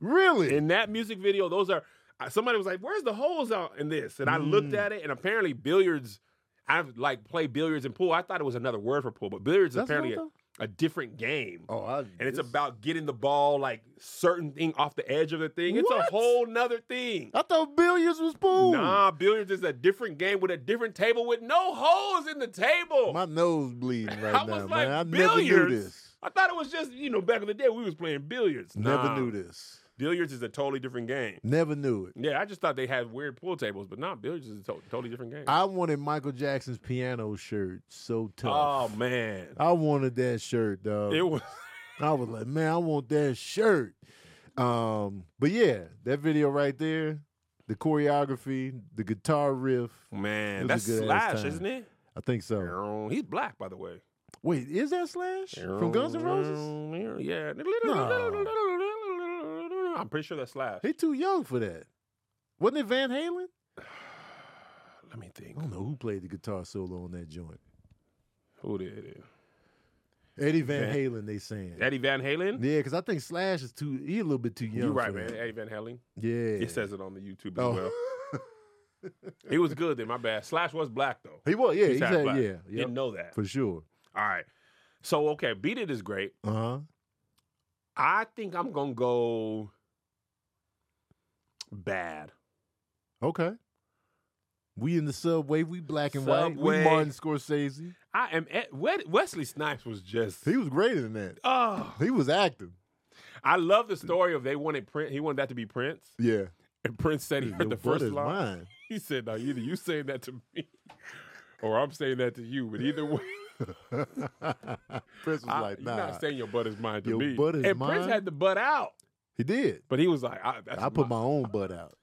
Speaker 1: really
Speaker 2: In that music video, those are I- somebody was like, "Where's the holes out in this?" And I looked
Speaker 1: Mm.
Speaker 2: at it, and apparently billiards. I've like played billiards and pool. I thought it was another word for pool, but billiards is
Speaker 1: That's
Speaker 2: apparently
Speaker 1: another-
Speaker 2: a, a different game.
Speaker 1: Oh, I,
Speaker 2: and it's
Speaker 1: this-
Speaker 2: about getting the ball like certain thing off the edge of the thing. It's
Speaker 1: What?
Speaker 2: a whole nother thing.
Speaker 1: I thought billiards was pool.
Speaker 2: Nah, billiards is a different game with a different table with no holes in the table.
Speaker 1: my nose bleeding right
Speaker 2: *laughs* I
Speaker 1: now,
Speaker 2: was like,
Speaker 1: man. I never
Speaker 2: billiards.
Speaker 1: knew this.
Speaker 2: I thought it was just you know back in the day we was playing billiards. Nah,
Speaker 1: Never knew this.
Speaker 2: Billiards is a totally different game.
Speaker 1: Never knew it.
Speaker 2: Yeah, I just thought they had weird pool tables, but not billiards is a to- totally different game.
Speaker 1: I wanted Michael Jackson's piano shirt so
Speaker 2: oh
Speaker 1: tough.
Speaker 2: man,
Speaker 1: I wanted that shirt, dog.
Speaker 2: it was
Speaker 1: I was like, man, I want that shirt. Um, but yeah, that video right there, the choreography, the guitar riff.
Speaker 2: *laughs*
Speaker 1: It
Speaker 2: man.
Speaker 1: was a
Speaker 2: That's
Speaker 1: good-ass
Speaker 2: Slash,
Speaker 1: time.
Speaker 2: isn't it?
Speaker 1: I think so.
Speaker 2: He's black, by the way.
Speaker 1: Wait, is that Slash from Guns N' Roses?
Speaker 2: Yeah. I'm pretty sure that's Slash.
Speaker 1: He too young for that. Wasn't it Van Halen?
Speaker 2: Let me think.
Speaker 1: I don't know who played the guitar solo on that joint.
Speaker 2: Who did it?
Speaker 1: Eddie Van
Speaker 2: Van-
Speaker 1: Halen, they saying.
Speaker 2: Eddie Van Halen?
Speaker 1: Yeah, because I think Slash is too. He a little bit too young.
Speaker 2: You're right,
Speaker 1: for
Speaker 2: man.
Speaker 1: that.
Speaker 2: Eddie Van Halen.
Speaker 1: Yeah.
Speaker 2: It says it on the YouTube as
Speaker 1: Oh.
Speaker 2: well. He was good then, my bad. Slash was black though.
Speaker 1: *laughs* he was. Yeah.
Speaker 2: He's
Speaker 1: he
Speaker 2: half
Speaker 1: said-
Speaker 2: black.
Speaker 1: yeah. *laughs* yep,
Speaker 2: Didn't know that.
Speaker 1: for sure.
Speaker 2: All right. So okay, Beat It is great.
Speaker 1: Uh huh.
Speaker 2: I think I'm gonna go bad.
Speaker 1: Okay. We in the subway. We black and white.
Speaker 2: Subway.
Speaker 1: We Martin Scorsese.
Speaker 2: I am at, Wed- Wesley Snipes was just
Speaker 1: He was great in that.
Speaker 2: oh
Speaker 1: He was acting.
Speaker 2: I love the story of they wanted Prince. He wanted that to be Prince,
Speaker 1: Yeah.
Speaker 2: and Prince said he heard the
Speaker 1: What
Speaker 2: first
Speaker 1: is
Speaker 2: line.
Speaker 1: mine? *laughs*
Speaker 2: He said, "No, either you saying that to me, *laughs* or I'm saying that to you. But either way,
Speaker 1: Prince was
Speaker 2: I,
Speaker 1: like,
Speaker 2: you're
Speaker 1: nah.
Speaker 2: not saying your butt is mine to
Speaker 1: Your
Speaker 2: me.
Speaker 1: butt is
Speaker 2: and Prince
Speaker 1: mine?
Speaker 2: had the butt out,
Speaker 1: he did.
Speaker 2: but he was like, I, that's
Speaker 1: I put my own butt out.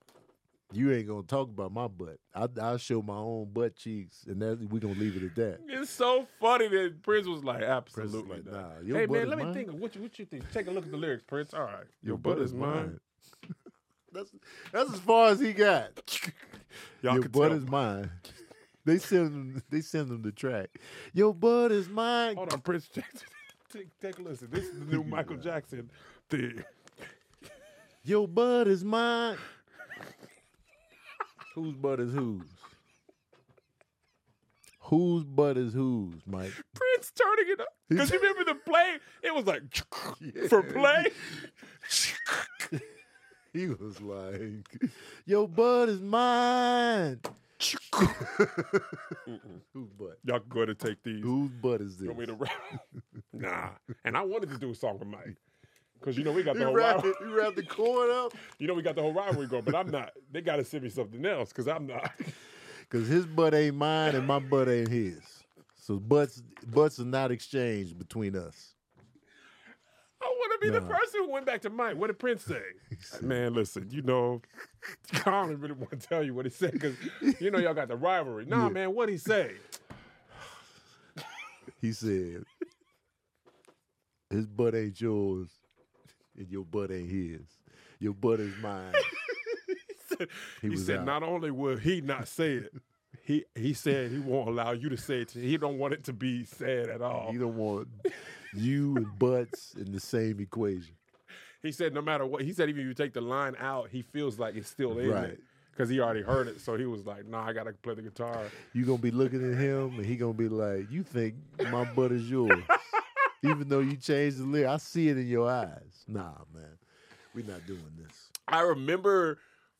Speaker 1: You ain't gonna talk about my butt. I I show my own butt cheeks, and that we gonna leave it at that.
Speaker 2: It's so funny that Prince was like,
Speaker 1: Prince
Speaker 2: absolutely
Speaker 1: was like,
Speaker 2: not.
Speaker 1: nah, your
Speaker 2: hey
Speaker 1: butt
Speaker 2: man,
Speaker 1: is
Speaker 2: let me
Speaker 1: mine.
Speaker 2: think of what you what you think. Take a look at the lyrics, Prince. All right, your, butt, is mine.
Speaker 1: *laughs* that's that's as far as he got.
Speaker 2: *laughs* Y'all
Speaker 1: Your
Speaker 2: can
Speaker 1: butt
Speaker 2: tell.
Speaker 1: is mine. They send them, they send them the track. Your butt is mine.
Speaker 2: Hold on, Prince Jackson. *laughs* take, take a listen. This is the new Michael Jackson thing.
Speaker 1: Your butt is mine. whose butt is whose? Whose butt is whose, Mike?
Speaker 2: Prince turning it up. Because you remember the play? It was like for play. *laughs*
Speaker 1: *laughs* He was like, "Your butt is
Speaker 2: *laughs*
Speaker 1: mine." *laughs* Whose butt?
Speaker 2: Y'all can go ahead and take these.
Speaker 1: Whose butt is this?
Speaker 2: You want me to rap? *laughs* nah. And I wanted to do a song with Mike. Because you know we got
Speaker 1: He
Speaker 2: the whole
Speaker 1: wrapped
Speaker 2: rivalry.
Speaker 1: it. He wrapped the cord up
Speaker 2: You know we got the whole rivalry going, but I'm not. They gotta send me something else because I'm not.
Speaker 1: because his butt ain't mine and my butt ain't his. So butts butts are not exchanged between us.
Speaker 2: I want to be the
Speaker 1: Nah.
Speaker 2: person who went back to Mike. What did Prince say? *laughs* Man, listen, you know, *laughs* I don't really want to tell you what he said because you know y'all got the rivalry. Nah, man, what he say?
Speaker 1: He said, "His butt ain't yours, and your butt ain't his. Your butt is mine."
Speaker 2: *laughs* He,
Speaker 1: was
Speaker 2: said
Speaker 1: out.
Speaker 2: not only will he not say it, he he said he won't allow you to say it. To, he don't want it to be said at all.
Speaker 1: You don't want you and butts in the same equation.
Speaker 2: He said no matter what. He said even if you take the line out, he feels like it's still in
Speaker 1: Right.
Speaker 2: because he already heard it. So he was like, nah, I gotta play the guitar.
Speaker 1: you gonna be looking at him and he gonna be like, You think my butt is yours. Even though you changed the lyric. I see it in your eyes. Nah, man. we not doing this.
Speaker 2: I remember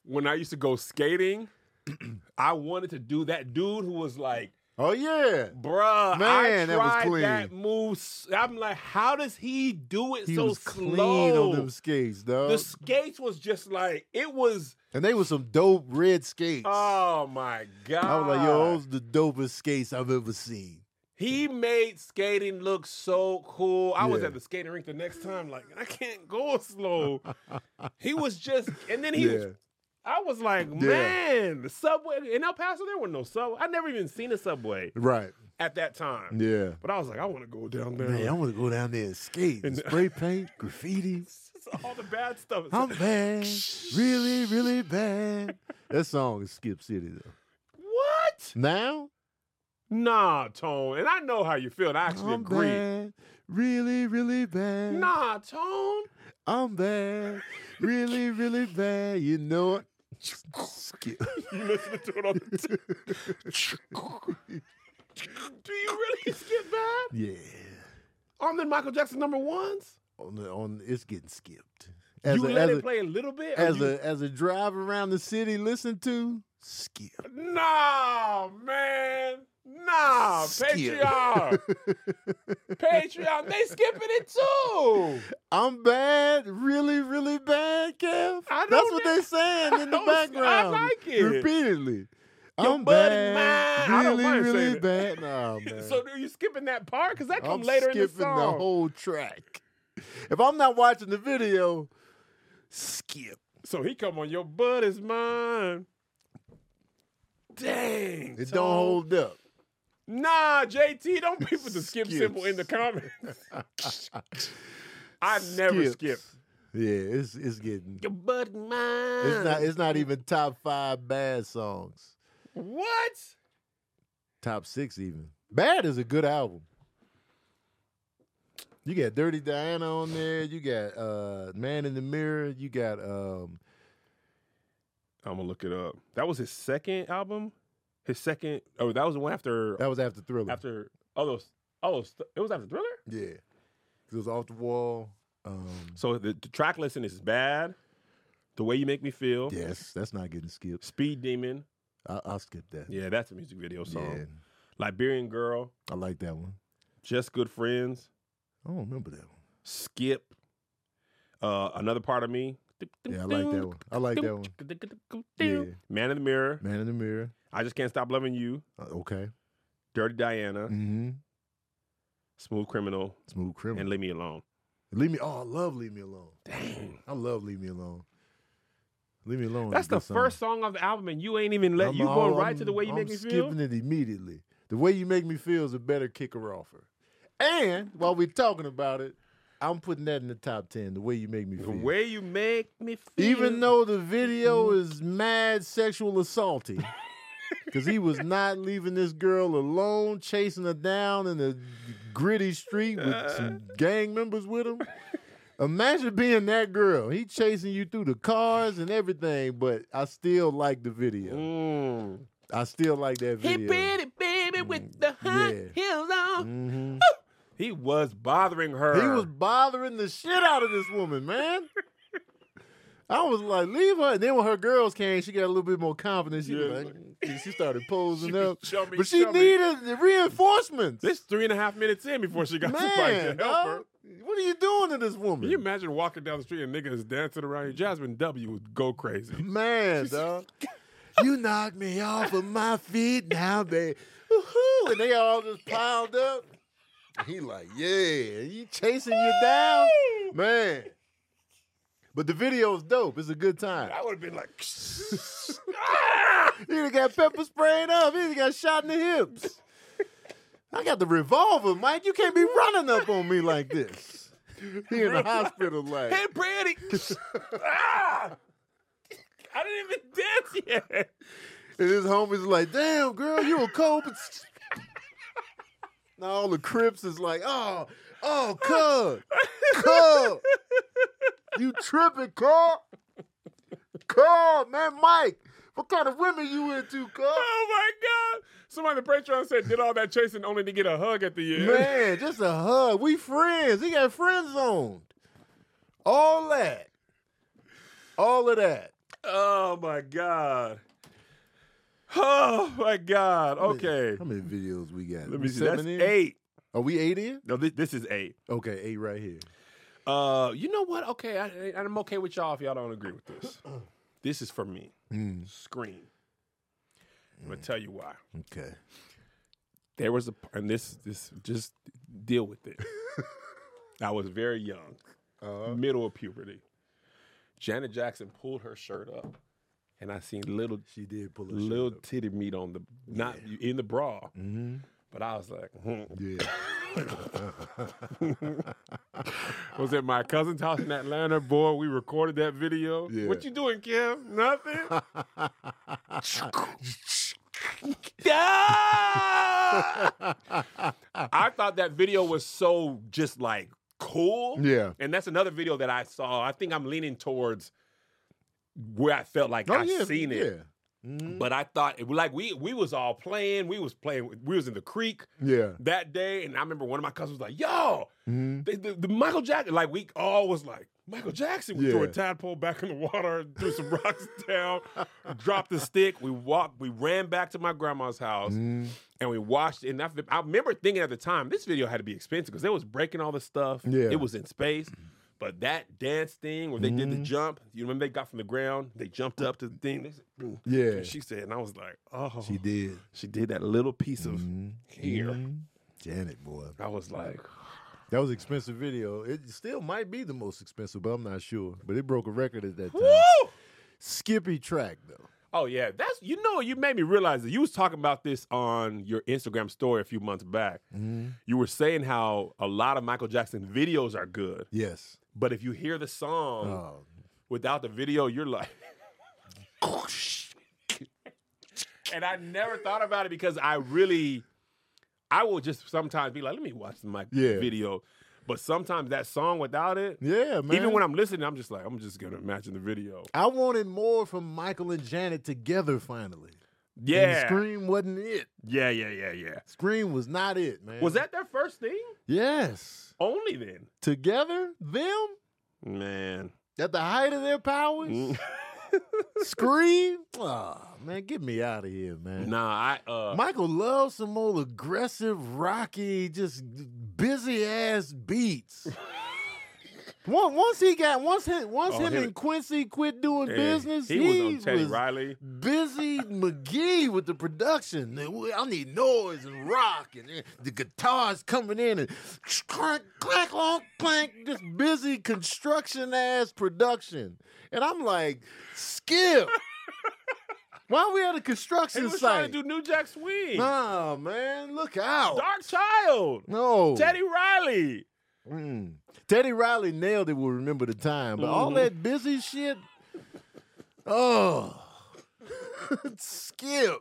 Speaker 2: when I used to go skating. *clears throat* I wanted to do that dude who was like.
Speaker 1: Oh yeah.
Speaker 2: Bruh, I
Speaker 1: Man, that was
Speaker 2: tried that,
Speaker 1: clean.
Speaker 2: move. s- I'm like, how does he do it
Speaker 1: He
Speaker 2: so
Speaker 1: was
Speaker 2: slow?
Speaker 1: clean on them skates, dog.
Speaker 2: the skates was just like it was.
Speaker 1: and they were some dope red skates.
Speaker 2: Oh my god!
Speaker 1: I was like, yo, those the dopest skates I've ever seen.
Speaker 2: he made skating look so cool. I was
Speaker 1: Yeah.
Speaker 2: at the skating rink the next time, like I can't go slow.
Speaker 1: *laughs*
Speaker 2: he was just, and then he. was I was like, man, the subway in El Paso. There were no subway. I never even seen a subway
Speaker 1: Right.
Speaker 2: at that time.
Speaker 1: Yeah.
Speaker 2: But I was like, I want to go down there. *laughs*
Speaker 1: Man, I want to go down there and skate.
Speaker 2: And-
Speaker 1: spray paint, graffiti.
Speaker 2: all the bad stuff. It's *laughs*
Speaker 1: I'm bad. Really, really bad. That song is Skip City though.
Speaker 2: What?
Speaker 1: Now
Speaker 2: Nah, Tone. And I know how you feel. And I actually
Speaker 1: I'm
Speaker 2: agree.
Speaker 1: bad, really, really bad.
Speaker 2: Nah, Tone. *laughs*
Speaker 1: I'm bad, really, really bad. You know it. Skip. *laughs*
Speaker 2: You listening to it on the t- *laughs* Do you really skip that?
Speaker 1: Yeah,
Speaker 2: On the Michael Jackson number ones?
Speaker 1: on the on it's getting skipped. As
Speaker 2: you
Speaker 1: a,
Speaker 2: let
Speaker 1: as
Speaker 2: it
Speaker 1: a,
Speaker 2: play a little bit? or
Speaker 1: as
Speaker 2: you-
Speaker 1: a as a drive around the city, listen to skip.
Speaker 2: Nah, man. Nah,
Speaker 1: Skip.
Speaker 2: Patreon.
Speaker 1: *laughs*
Speaker 2: Patreon. They skipping it too.
Speaker 1: I'm bad, really, really bad, Kev.
Speaker 2: I know
Speaker 1: That's what
Speaker 2: that.
Speaker 1: they saying in the
Speaker 2: *laughs* I was- I
Speaker 1: background.
Speaker 2: like it.
Speaker 1: repeatedly.
Speaker 2: Your
Speaker 1: I'm
Speaker 2: butt is
Speaker 1: bad,
Speaker 2: mine. I don't
Speaker 1: really,
Speaker 2: mind saying
Speaker 1: really
Speaker 2: it. *laughs*
Speaker 1: bad. Nah, man.
Speaker 2: So are you skipping that part? Because that
Speaker 1: I'm
Speaker 2: comes later in
Speaker 1: skipping
Speaker 2: the song.
Speaker 1: whole track. If I'm not watching the video, skip.
Speaker 2: So he come on your butt is mine.
Speaker 1: It
Speaker 2: Dang. Tone.
Speaker 1: don't hold up.
Speaker 2: Nah, JT, don't be with the skip
Speaker 1: Skips.
Speaker 2: symbol in the comments.
Speaker 1: *laughs*
Speaker 2: I never
Speaker 1: Skips.
Speaker 2: skip.
Speaker 1: Yeah, it's it's getting.
Speaker 2: Your butt is mine.
Speaker 1: It's not. It's not even top five bad songs.
Speaker 2: what?
Speaker 1: Top six even. Bad is a good album. You got Dirty Diana on there. You got uh Man in the Mirror. You got um
Speaker 2: I'm gonna look it up. That was his second album. His second. Oh, that was the one after.
Speaker 1: that was after Thriller.
Speaker 2: After. Oh, those. Oh, st- it was after Thriller.
Speaker 1: Yeah, it was off the wall. Um,
Speaker 2: So the, the track listing is bad. The way you make me feel.
Speaker 1: yes, that's not getting skipped.
Speaker 2: Speed Demon.
Speaker 1: I, I'll skip that.
Speaker 2: Yeah, that's a music video song.
Speaker 1: yeah,
Speaker 2: Liberian Girl,
Speaker 1: I like that one.
Speaker 2: Just Good Friends,
Speaker 1: I don't remember that one.
Speaker 2: Skip, Uh, another part of me.
Speaker 1: Yeah, I like that one. I like that one. Yeah.
Speaker 2: Man in the Mirror.
Speaker 1: Man in the Mirror.
Speaker 2: I just can't stop loving you.
Speaker 1: Uh, okay.
Speaker 2: Dirty Diana.
Speaker 1: Mm-hmm.
Speaker 2: Smooth Criminal.
Speaker 1: Smooth criminal.
Speaker 2: And Leave Me Alone.
Speaker 1: leave me. Oh, I love Leave Me Alone.
Speaker 2: Dang.
Speaker 1: I love Leave Me Alone. Leave Me Alone. is
Speaker 2: That's
Speaker 1: a
Speaker 2: the
Speaker 1: good song.
Speaker 2: first song of the album, and you ain't even let
Speaker 1: I'm
Speaker 2: you
Speaker 1: all-
Speaker 2: going right to the way you
Speaker 1: I'm-
Speaker 2: make me
Speaker 1: I'm
Speaker 2: feel.
Speaker 1: Skipping it immediately. The way you make me feel is a better kicker offer. And while we're talking about it, I'm putting that in the top ten. The way you make me
Speaker 2: The
Speaker 1: feel.
Speaker 2: way you make me feel.
Speaker 1: Even though the video
Speaker 2: Mm-hmm.
Speaker 1: is mad sexual
Speaker 2: *laughs*
Speaker 1: assaulty. Because he was not leaving this girl alone, chasing her down in the gritty street with
Speaker 2: Uh.
Speaker 1: some gang members with him. Imagine being that girl. He chasing you through the cars and everything, but I still like the video.
Speaker 2: Mm.
Speaker 1: I still like that
Speaker 2: He
Speaker 1: video.
Speaker 2: beat it, baby, with the high
Speaker 1: Mm, yeah.
Speaker 2: heels on.
Speaker 1: Mhm.
Speaker 2: He was bothering her.
Speaker 1: He was bothering the shit out of this woman, man. I was like, leave her. And then when her girls came, she got a little bit more confidence. She, was
Speaker 2: Yeah.
Speaker 1: like, "Mm, she started posing
Speaker 2: *laughs* She was
Speaker 1: up.
Speaker 2: chummy,
Speaker 1: but she
Speaker 2: chummy.
Speaker 1: needed the reinforcements.
Speaker 2: This three and a half minutes in before she got *laughs* somebody to
Speaker 1: man,
Speaker 2: help
Speaker 1: dog.
Speaker 2: her.
Speaker 1: what are you doing to this woman?
Speaker 2: Can you imagine walking down the street and niggas dancing around you? Jasmine W would go crazy.
Speaker 1: man, dog. you knocked me off of my feet now, babe. Woohoo. And they all just piled up. He like, yeah, he chasing you down. Man. But the video is dope. It's a good time.
Speaker 2: I would have been like, *laughs*
Speaker 1: He done got pepper sprayed up. He done got shot in the hips. I got the revolver, Mike. You can't be running up on me like this. He in the hospital, like
Speaker 2: hey, Brandy. *laughs* Ah! I didn't even dance yet.
Speaker 1: and his homies like, "Damn, girl, you a cold." now all the Crips is like, "Oh, oh, cub, cub, you tripping, cub, cub, man, Mike, what kind of women you into, cub?"
Speaker 2: Oh my God. Somebody, the Patreon said, did all that chasing only to get a hug at the end.
Speaker 1: Man, just a hug. We friends. He got friend zoned. All that. All of that.
Speaker 2: Oh my God. Oh my God. Okay.
Speaker 1: How many videos we got?
Speaker 2: Let
Speaker 1: We
Speaker 2: me see. That's
Speaker 1: seven in?
Speaker 2: eight.
Speaker 1: Are we eight in?
Speaker 2: No, this, this is eight.
Speaker 1: Okay, eight right here.
Speaker 2: Uh, you know what? Okay, I, I- I'm okay with y'all if y'all don't agree with this. this is for me.
Speaker 1: Mm,
Speaker 2: Scream. I'm gonna tell you why.
Speaker 1: okay.
Speaker 2: There was a p- and this this just deal with it. I was very young,
Speaker 1: Uh,
Speaker 2: middle of puberty. Janet Jackson pulled her shirt up, and I seen little
Speaker 1: she did pull a
Speaker 2: little titty meat on the not in the bra.
Speaker 1: Mm-hmm.
Speaker 2: But I was like, hmm.
Speaker 1: Yeah.
Speaker 2: *laughs* was at my cousin's house in Atlanta. Boy, we recorded that video.
Speaker 1: Yeah.
Speaker 2: What you doing, Kim? Nothing. Ah! *laughs* I thought that video was so just like cool.
Speaker 1: Yeah.
Speaker 2: And that's another video that I saw. I think I'm leaning towards where I felt like
Speaker 1: Oh,
Speaker 2: I've
Speaker 1: yeah.
Speaker 2: seen it.
Speaker 1: Yeah. Mhm.
Speaker 2: But I thought it like we we was all playing. We was playing we was in the creek
Speaker 1: Yeah.
Speaker 2: that day. And I remember one of my cousins was like, yo,
Speaker 1: Mhm.
Speaker 2: they, the, the Michael Jackson, like we all was like, Michael Jackson. We threw a
Speaker 1: Yeah.
Speaker 2: tadpole back in the water, threw some rocks *laughs* down, dropped the stick. We walked, we ran back to my grandma's house,
Speaker 1: Mhm.
Speaker 2: and we watched. it. And I, I remember thinking at the time, this video had to be expensive because they was breaking all the stuff.
Speaker 1: Yeah.
Speaker 2: it was in space. But that dance thing where they did the
Speaker 1: Mhm.
Speaker 2: jump, you remember they got from the ground, they jumped up to the thing. They said, "Boom."
Speaker 1: Yeah.
Speaker 2: She said, and I was like, oh,
Speaker 1: She did.
Speaker 2: she did that little piece of.
Speaker 1: Mhm.
Speaker 2: Here.
Speaker 1: Mhm. Janet, boy.
Speaker 2: I was like,
Speaker 1: That was an expensive video. It still might be the most expensive, but I'm not sure. But it broke a record at that time.
Speaker 2: woo!
Speaker 1: Skippy track though.
Speaker 2: Oh yeah, that's you know you made me realize that you was talking about this on your Instagram story a few months back.
Speaker 1: Mm-hmm.
Speaker 2: You were saying how a lot of Michael Jackson videos are good,
Speaker 1: Yes.
Speaker 2: but if you hear the song
Speaker 1: Oh.
Speaker 2: without the video, you're like. and I never thought about it because I really, I will just sometimes be like, let me watch my
Speaker 1: Yeah.
Speaker 2: video, but sometimes that song without it,
Speaker 1: yeah, man.
Speaker 2: even when I'm listening, I'm just like, I'm just gonna imagine the video.
Speaker 1: I wanted more from Michael and Janet together finally. And
Speaker 2: Yeah,
Speaker 1: Scream wasn't it.
Speaker 2: yeah, yeah, yeah, yeah.
Speaker 1: Scream was not it, man.
Speaker 2: Was that their first thing?
Speaker 1: Yes.
Speaker 2: Only then.
Speaker 1: Together? Them?
Speaker 2: Man.
Speaker 1: At the height of their
Speaker 2: Mm.
Speaker 1: powers? Scream? Oh, man, get me out of here, man.
Speaker 2: *laughs* nah, I uh
Speaker 1: Michael loves some old
Speaker 2: *laughs*
Speaker 1: aggressive, rocky, just busy ass beats. Once, once he got once him, once
Speaker 2: Oh,
Speaker 1: him
Speaker 2: him-
Speaker 1: and Quincy quit doing
Speaker 2: And
Speaker 1: business,
Speaker 2: He was on Teddy Riley.
Speaker 1: busy McGee with the production. They- we- I need noise and rock and eh, the guitars coming in and clank, clank, clank, clank. This busy construction ass production, and I'm like, Skip, why we at a
Speaker 2: He
Speaker 1: construction
Speaker 2: was trying
Speaker 1: site?
Speaker 2: to do New Jack Swing.
Speaker 1: nah, man, look out.
Speaker 2: Dark Child.
Speaker 1: no,
Speaker 2: Teddy Riley.
Speaker 1: Mm. Teddy Riley nailed it. Will remember the time, but all
Speaker 2: Mhm.
Speaker 1: that busy shit. Oh, skip,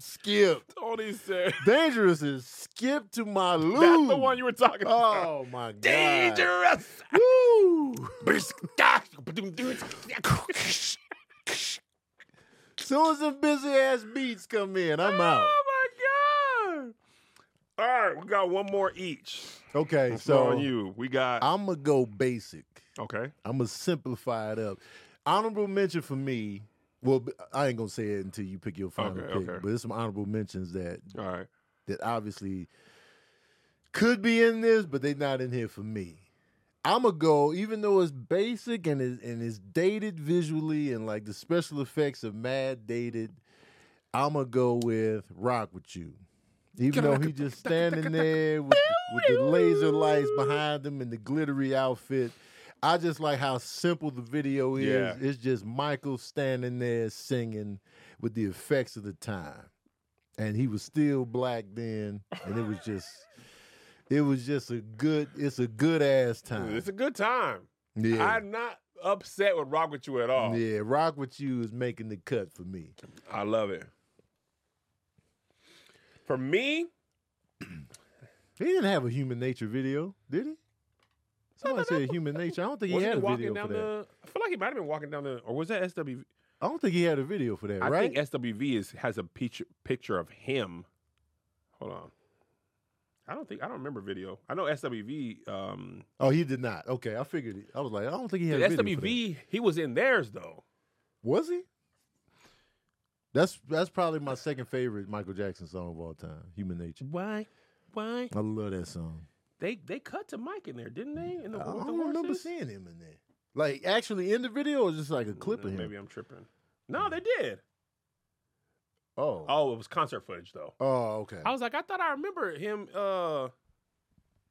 Speaker 1: skip.
Speaker 2: Tony said. *laughs*
Speaker 1: Dangerous is skip to my loo.
Speaker 2: That's the one you were talking about.
Speaker 1: Oh my god.
Speaker 2: Dangerous. *laughs* Oh,
Speaker 1: Woo.
Speaker 2: Brisk-
Speaker 1: Soon as the busy ass beats come in, I'm out.
Speaker 2: Oh my god! All right, we got one more each.
Speaker 1: Okay,
Speaker 2: So on
Speaker 1: so
Speaker 2: you, we got
Speaker 1: I'm gonna go basic.
Speaker 2: okay.
Speaker 1: I'm gonna simplify it up. Honorable mention for me. Well, b- I ain't gonna say it until you pick your final
Speaker 2: Okay,
Speaker 1: pick.
Speaker 2: okay.
Speaker 1: But there's some honorable mentions that
Speaker 2: All right,
Speaker 1: that obviously could be in this, but they not in here for me. I'ma go, even though it's basic and it, and it's dated visually and like the special effects are mad dated. I'ma go with Rock with You. Even though he just standing there with, with the laser lights behind him and the glittery outfit. I just like how simple the video is.
Speaker 2: Yeah.
Speaker 1: It's just Michael standing there singing with the effects of the time. And he was still black then. And it was just it was just a good it's a good ass time.
Speaker 2: it's a good time.
Speaker 1: yeah.
Speaker 2: I'm not upset with rock with you at all.
Speaker 1: yeah, Rock with You is making the cut for me.
Speaker 2: I love it. For me,
Speaker 1: He didn't have a human nature video, did he? Somebody said human nature. I don't think he
Speaker 2: wasn't
Speaker 1: had
Speaker 2: he
Speaker 1: a
Speaker 2: walking
Speaker 1: video
Speaker 2: down
Speaker 1: for that.
Speaker 2: the? I feel like he might have been walking down the, or was that SWV?
Speaker 1: I don't think he had a video for that,
Speaker 2: I
Speaker 1: right?
Speaker 2: think SWV is has a picture picture of him. Hold on. I don't think I don't remember video. I know SWV um
Speaker 1: oh, he did not. Okay, I figured it. I was like, I don't think he had a
Speaker 2: Dude,
Speaker 1: video. for that.
Speaker 2: SWV, he was in theirs though.
Speaker 1: Was he? That's that's probably my second favorite Michael Jackson song of all time, Human Nature.
Speaker 2: Why? Why?
Speaker 1: I love that song.
Speaker 2: They they cut to Mike in there, didn't they? In the,
Speaker 1: I
Speaker 2: with the
Speaker 1: don't remember
Speaker 2: horses?
Speaker 1: seeing him in there. Like actually in the video or just like a clip
Speaker 2: No,
Speaker 1: of him?
Speaker 2: Mm, Maybe I'm tripping. No, they did.
Speaker 1: Oh. oh.
Speaker 2: Oh, it was concert footage though.
Speaker 1: okay.
Speaker 2: I was like, I thought I remember him uh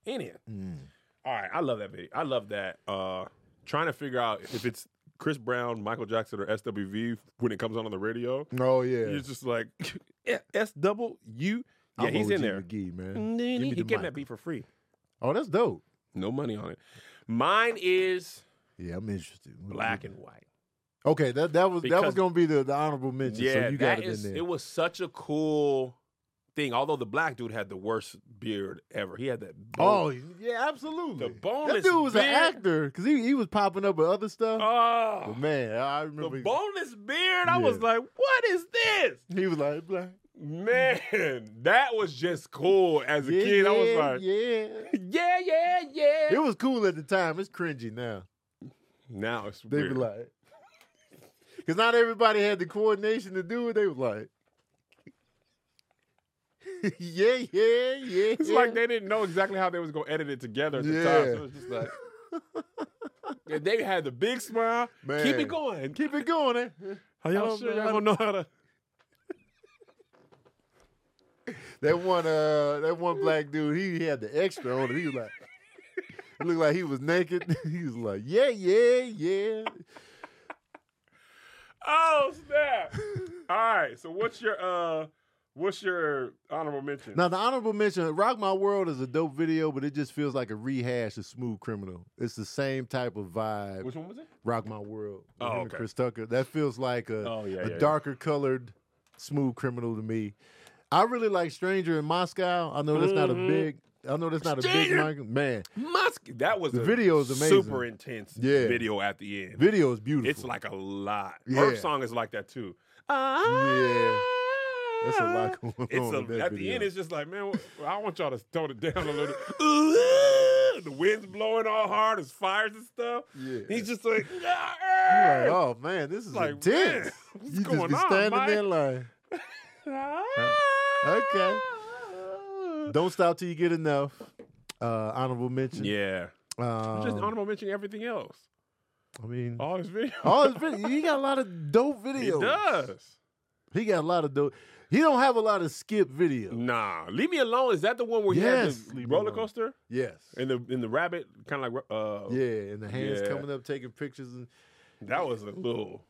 Speaker 2: in it.
Speaker 1: Mm.
Speaker 2: All right, I love that video. I love that. Uh trying to figure out if it's Chris Brown, Michael Jackson, or SWV when it comes on on the radio.
Speaker 1: Oh yeah.
Speaker 2: You're just like *laughs* S double U. Yeah,
Speaker 1: I'm
Speaker 2: he's in
Speaker 1: OG
Speaker 2: there. Mm.
Speaker 1: McGee, man. Give me
Speaker 2: He
Speaker 1: the
Speaker 2: getting that
Speaker 1: mic.
Speaker 2: beat for free.
Speaker 1: Oh, that's dope.
Speaker 2: No money on it. Mine is
Speaker 1: Yeah, I'm interested. What-
Speaker 2: black and white.
Speaker 1: Okay, that that was that was
Speaker 2: Because-
Speaker 1: gonna be the, the honorable mention. so you got
Speaker 2: that
Speaker 1: it in
Speaker 2: is.
Speaker 1: there.
Speaker 2: It was such a cool thing. Although the black dude had the worst beard ever. He had that.
Speaker 1: oh
Speaker 2: bone-
Speaker 1: yeah, absolutely.
Speaker 2: The boneless
Speaker 1: that dude was an
Speaker 2: beard.
Speaker 1: actor because he, he was popping up with other stuff.
Speaker 2: Oh,
Speaker 1: but man, I
Speaker 2: the
Speaker 1: remember
Speaker 2: boneless beard. I was
Speaker 1: Yeah.
Speaker 2: like, what is this?
Speaker 1: he was like black.
Speaker 2: Man, *laughs* that was just cool. As a
Speaker 1: Yeah,
Speaker 2: kid,
Speaker 1: yeah,
Speaker 2: I was like,
Speaker 1: yeah.
Speaker 2: *laughs* yeah, yeah, yeah.
Speaker 1: It was cool at the time. It's cringy now.
Speaker 2: now it's
Speaker 1: They
Speaker 2: weird.
Speaker 1: be like, *laughs* because not everybody had the coordination to do it. They was like, *laughs* yeah, yeah, yeah.
Speaker 2: It's like they didn't know exactly how they was gonna edit it together at the time. So
Speaker 1: Yeah.
Speaker 2: it was just
Speaker 1: *laughs*
Speaker 2: like And they had the big smile. Keep
Speaker 1: Man.
Speaker 2: it going.
Speaker 1: keep it going.
Speaker 2: *laughs*
Speaker 1: eh?
Speaker 2: How
Speaker 1: don't
Speaker 2: y'all sure
Speaker 1: know
Speaker 2: y'all
Speaker 1: how
Speaker 2: gonna know how to
Speaker 1: That one, uh, that one black dude, he had the extra on it. He was like, it looked like he was naked. *laughs* he was like, yeah, yeah, yeah.
Speaker 2: Oh
Speaker 1: *laughs*
Speaker 2: snap. All right. So what's your uh what's your honorable mention?
Speaker 1: Now the honorable mention, "Rock My World" is a dope video, but it just feels like a rehash of "Smooth Criminal." It's the same type of vibe.
Speaker 2: Which one was it?
Speaker 1: "Rock My World" with
Speaker 2: Oh,
Speaker 1: him and
Speaker 2: okay.
Speaker 1: Chris Tucker. That feels like a,
Speaker 2: Oh,
Speaker 1: a
Speaker 2: yeah, yeah, yeah.
Speaker 1: darker colored "Smooth Criminal" to me. I really like "Stranger in Moscow." I know that's not a
Speaker 2: Mhm.
Speaker 1: big. I know that's not a big
Speaker 2: Stranger-
Speaker 1: market. man.
Speaker 2: Musk. That was
Speaker 1: The
Speaker 2: a
Speaker 1: video is amazing.
Speaker 2: super intense
Speaker 1: Yeah.
Speaker 2: video at the end.
Speaker 1: Video is beautiful.
Speaker 2: It's like a lot.
Speaker 1: Yeah.
Speaker 2: Her song is like that too. Ah.
Speaker 1: yeah, that's a
Speaker 2: *laughs*
Speaker 1: lot going on.
Speaker 2: It's a,
Speaker 1: with that
Speaker 2: at the
Speaker 1: video.
Speaker 2: end, it's just like, man, wh- I want y'all to tone it down
Speaker 1: *laughs*
Speaker 2: a little. Ooh, the wind's blowing all hard, there's fires and stuff.
Speaker 1: Yeah.
Speaker 2: *laughs* He's just
Speaker 1: *laughs*
Speaker 2: like,
Speaker 1: You're
Speaker 2: *laughs*
Speaker 1: like,
Speaker 2: "Ah,
Speaker 1: oh man, this is
Speaker 2: Like,
Speaker 1: intense.
Speaker 2: man, what's
Speaker 1: you just
Speaker 2: going
Speaker 1: be
Speaker 2: on,
Speaker 1: standing
Speaker 2: Mike?
Speaker 1: there like,
Speaker 2: ah."
Speaker 1: okay. don't stop till you get enough. Uh, honorable mention.
Speaker 2: Yeah.
Speaker 1: Um,
Speaker 2: Just honorable mention everything else.
Speaker 1: I mean,
Speaker 2: All his videos.
Speaker 1: all his videos. He got a lot of dope
Speaker 2: *laughs* he
Speaker 1: videos.
Speaker 2: does.
Speaker 1: He got a lot of dope. He don't have a lot of skip videos.
Speaker 2: Nah, leave me alone. Is that the one where he has
Speaker 1: Yes,
Speaker 2: the
Speaker 1: Leave Me
Speaker 2: roller
Speaker 1: Alone.
Speaker 2: coaster
Speaker 1: Yes.
Speaker 2: and the and the rabbit kind of like uh
Speaker 1: yeah, and the hands
Speaker 2: Yeah.
Speaker 1: coming up, taking pictures and
Speaker 2: that was a little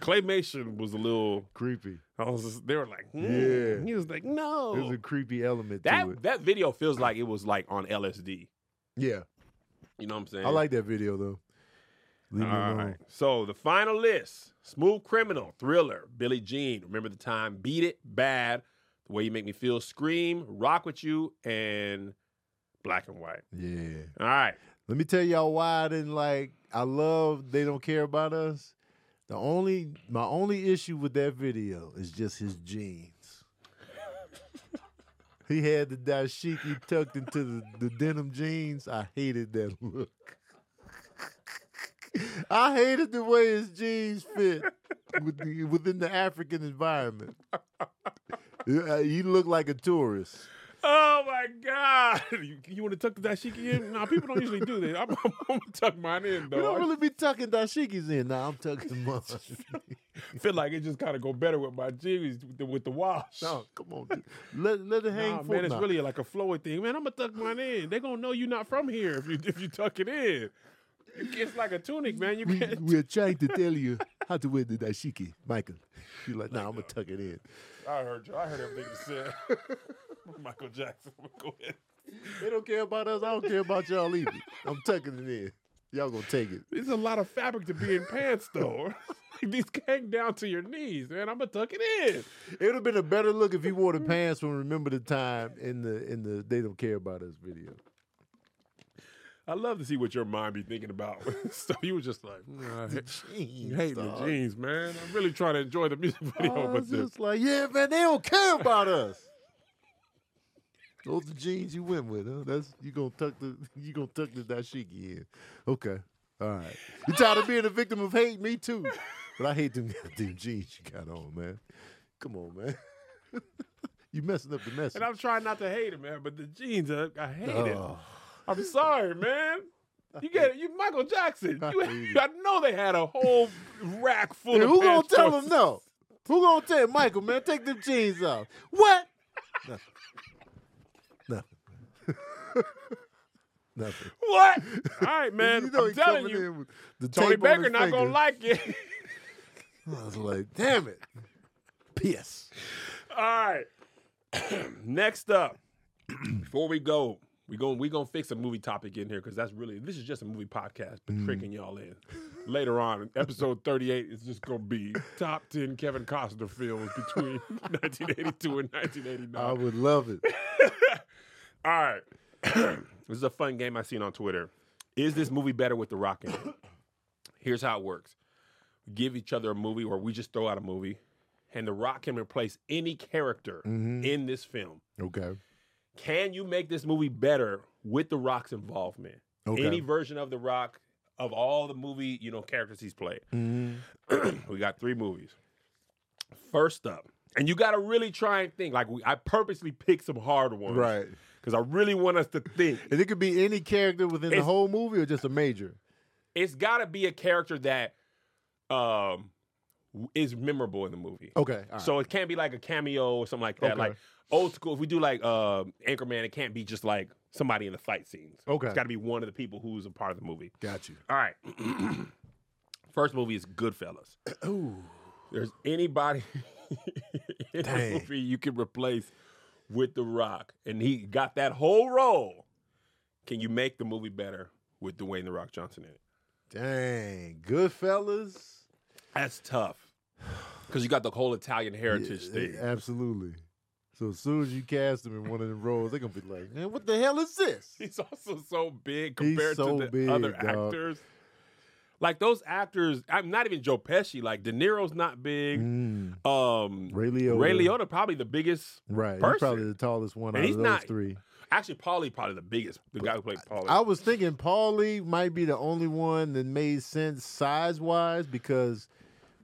Speaker 2: claymation was a little
Speaker 1: creepy.
Speaker 2: I was just, they were like hmm.
Speaker 1: Yeah.
Speaker 2: he was like
Speaker 1: There's
Speaker 2: no
Speaker 1: a creepy element to it.
Speaker 2: Oh. that that video feels like it was like on LSD
Speaker 1: Yeah,
Speaker 2: you know what I'm saying
Speaker 1: I like that video though. Leave me
Speaker 2: All
Speaker 1: alone.
Speaker 2: right. So the final list: Smooth Criminal, Thriller, Billie Jean, Remember the Time, Beat It, Bad, The Way You Make Me Feel, Scream, Rock with You, and Black and White.
Speaker 1: Yeah.
Speaker 2: All right.
Speaker 1: Let me tell y'all why I didn't like. I love they don't care about us. The only my only issue with that video is just his jeans. *laughs* he had the dashiki tucked into the, the denim jeans. I hated that look. *laughs* I hated the way his jeans fit with the, within the African environment. Yeah, He looked like a tourist.
Speaker 2: Oh my God! *laughs* You, you want to tuck the dashiki in? No, people don't usually do this. I'm, *laughs* I'm, gonna tuck mine in
Speaker 1: We
Speaker 2: though.
Speaker 1: don't really be tucking dashikis in. Nah, I'm tucking them up.
Speaker 2: I feel like it just kind of go better with my jiggies with the, with the wash. *laughs*
Speaker 1: No, come on. dude. Let let it hang
Speaker 2: Nah,
Speaker 1: for
Speaker 2: man, it's
Speaker 1: nah.
Speaker 2: really like a flowy thing. Man, I'm gonna tuck mine in. They gonna know you're not from here if you if you tuck it in. It's like a tunic, man. You
Speaker 1: we,
Speaker 2: *laughs* can't
Speaker 1: we're trying to tell
Speaker 2: *laughs*
Speaker 1: you how to wear the dashiki, Michael. You're like, nah, I'm gonna tuck it in.
Speaker 2: I heard you. I heard everything you said. *laughs* Michael Jackson. *laughs* Go ahead.
Speaker 1: They don't care about us. I don't care about y'all either. I'm tucking it in. Y'all gonna take it.
Speaker 2: There's a lot of fabric to be in pants, though. *laughs* like, these hang down to your knees, man. I'm gonna tuck it in.
Speaker 1: It would have been a better look if he wore the pants from Remember the Time in the in the They Don't Care About Us video.
Speaker 2: I love to see what your mind be thinking about. *laughs* so you were just like, nah, I
Speaker 1: *laughs*
Speaker 2: hate-
Speaker 1: Jeez,
Speaker 2: you Oh, hating the
Speaker 1: dog.
Speaker 2: jeans, man. I'm really trying to enjoy the music *laughs*
Speaker 1: I
Speaker 2: video,
Speaker 1: was
Speaker 2: but this.
Speaker 1: Oh, just like, yeah, man, they don't care about us. Those the jeans you went with, huh? That's you gonna tuck the *laughs* you gonna tuck the dashiki in. Okay. All right. You tired of being a victim of hate? Me too. But I hate them *laughs* goddamn jeans you got on, man. Come on, man. *laughs* you messing up the message.
Speaker 2: And I'm trying not to hate it, man. But the jeans, I, I hate it.
Speaker 1: Oh,
Speaker 2: I'm sorry, man. You get it. You Michael Jackson.
Speaker 1: I
Speaker 2: You,
Speaker 1: hate it.
Speaker 2: I know they had a whole rack full
Speaker 1: and
Speaker 2: of.
Speaker 1: who gonna
Speaker 2: pants
Speaker 1: tell
Speaker 2: choices.
Speaker 1: him no? Who gonna tell him, Michael, man, take them jeans off? What? *laughs* Nothing. *laughs* Nothing. Nothing.
Speaker 2: What? All right, man.
Speaker 1: *laughs* You know
Speaker 2: I'm
Speaker 1: he
Speaker 2: telling
Speaker 1: coming
Speaker 2: you,
Speaker 1: in with the
Speaker 2: Tony
Speaker 1: tape on
Speaker 2: Baker
Speaker 1: his
Speaker 2: not gonna
Speaker 1: finger.
Speaker 2: like it. *laughs*
Speaker 1: I was like, damn it. P.S.
Speaker 2: All right. *clears throat* Next up, before we go, we going we gonna fix a movie topic in here because that's really this is just a movie podcast, but tricking y'all in. Later on, episode thirty eight is just gonna be top ten Kevin Costner films between *laughs* nineteen eighty two and nineteen eighty
Speaker 1: I
Speaker 2: nine.
Speaker 1: would love it.
Speaker 2: All right, *clears throat* this is a fun game I seen on Twitter. Is this movie better with The Rock in it? *clears throat* Here's how it works: we give each other a movie, or we just throw out a movie, and The Rock can replace any character in this film.
Speaker 1: Okay.
Speaker 2: Can you make this movie better with The Rock's involvement?
Speaker 1: Okay.
Speaker 2: Any version of The Rock of all the movie, you know, characters he's played. *clears throat*
Speaker 1: Mm-hmm.
Speaker 2: we got three movies. First up, and you got to really try and think. Like we, I purposely picked some hard ones,
Speaker 1: Right.
Speaker 2: Because I really want us to think.
Speaker 1: And it could be any character within the
Speaker 2: It's-
Speaker 1: whole movie or just a major.
Speaker 2: it's got to be a character that um is memorable in the movie.
Speaker 1: Okay. All right.
Speaker 2: So it can't be like a cameo or something like that.
Speaker 1: Okay.
Speaker 2: Like old school, if we do like uh, Anchorman, it can't be just like somebody in the fight scenes.
Speaker 1: Okay.
Speaker 2: it's got to be one of the people who's a part of the movie.
Speaker 1: got you.
Speaker 2: All right, *clears throat* first movie is Goodfellas.
Speaker 1: Ooh.
Speaker 2: There's anybody *laughs* in
Speaker 1: Dang.
Speaker 2: the movie you can replace with The Rock, and he got that whole role. Can you make the movie better with Dwayne The Rock Johnson in it?
Speaker 1: Dang. Goodfellas.
Speaker 2: That's tough because you got the whole Italian heritage
Speaker 1: Yeah,
Speaker 2: thing.
Speaker 1: Absolutely. So as soon as you cast him in one of the roles, they're gonna be like, man, what the hell is this?
Speaker 2: *laughs* He's also so big
Speaker 1: He's
Speaker 2: compared
Speaker 1: so
Speaker 2: to the
Speaker 1: big,
Speaker 2: other
Speaker 1: dog.
Speaker 2: actors. Like those actors, I'm not even Joe Pesci. Like De Niro's not big.
Speaker 1: Mm,
Speaker 2: Um,
Speaker 1: Ray Liotta.
Speaker 2: Ray Liotta probably the biggest.
Speaker 1: Right.
Speaker 2: person.
Speaker 1: He's probably the tallest one
Speaker 2: And
Speaker 1: out
Speaker 2: he's
Speaker 1: of those
Speaker 2: not-
Speaker 1: three.
Speaker 2: Actually, Paulie probably the biggest. The guy who played Paulie.
Speaker 1: I was thinking Paulie might be the only one that made sense size wise because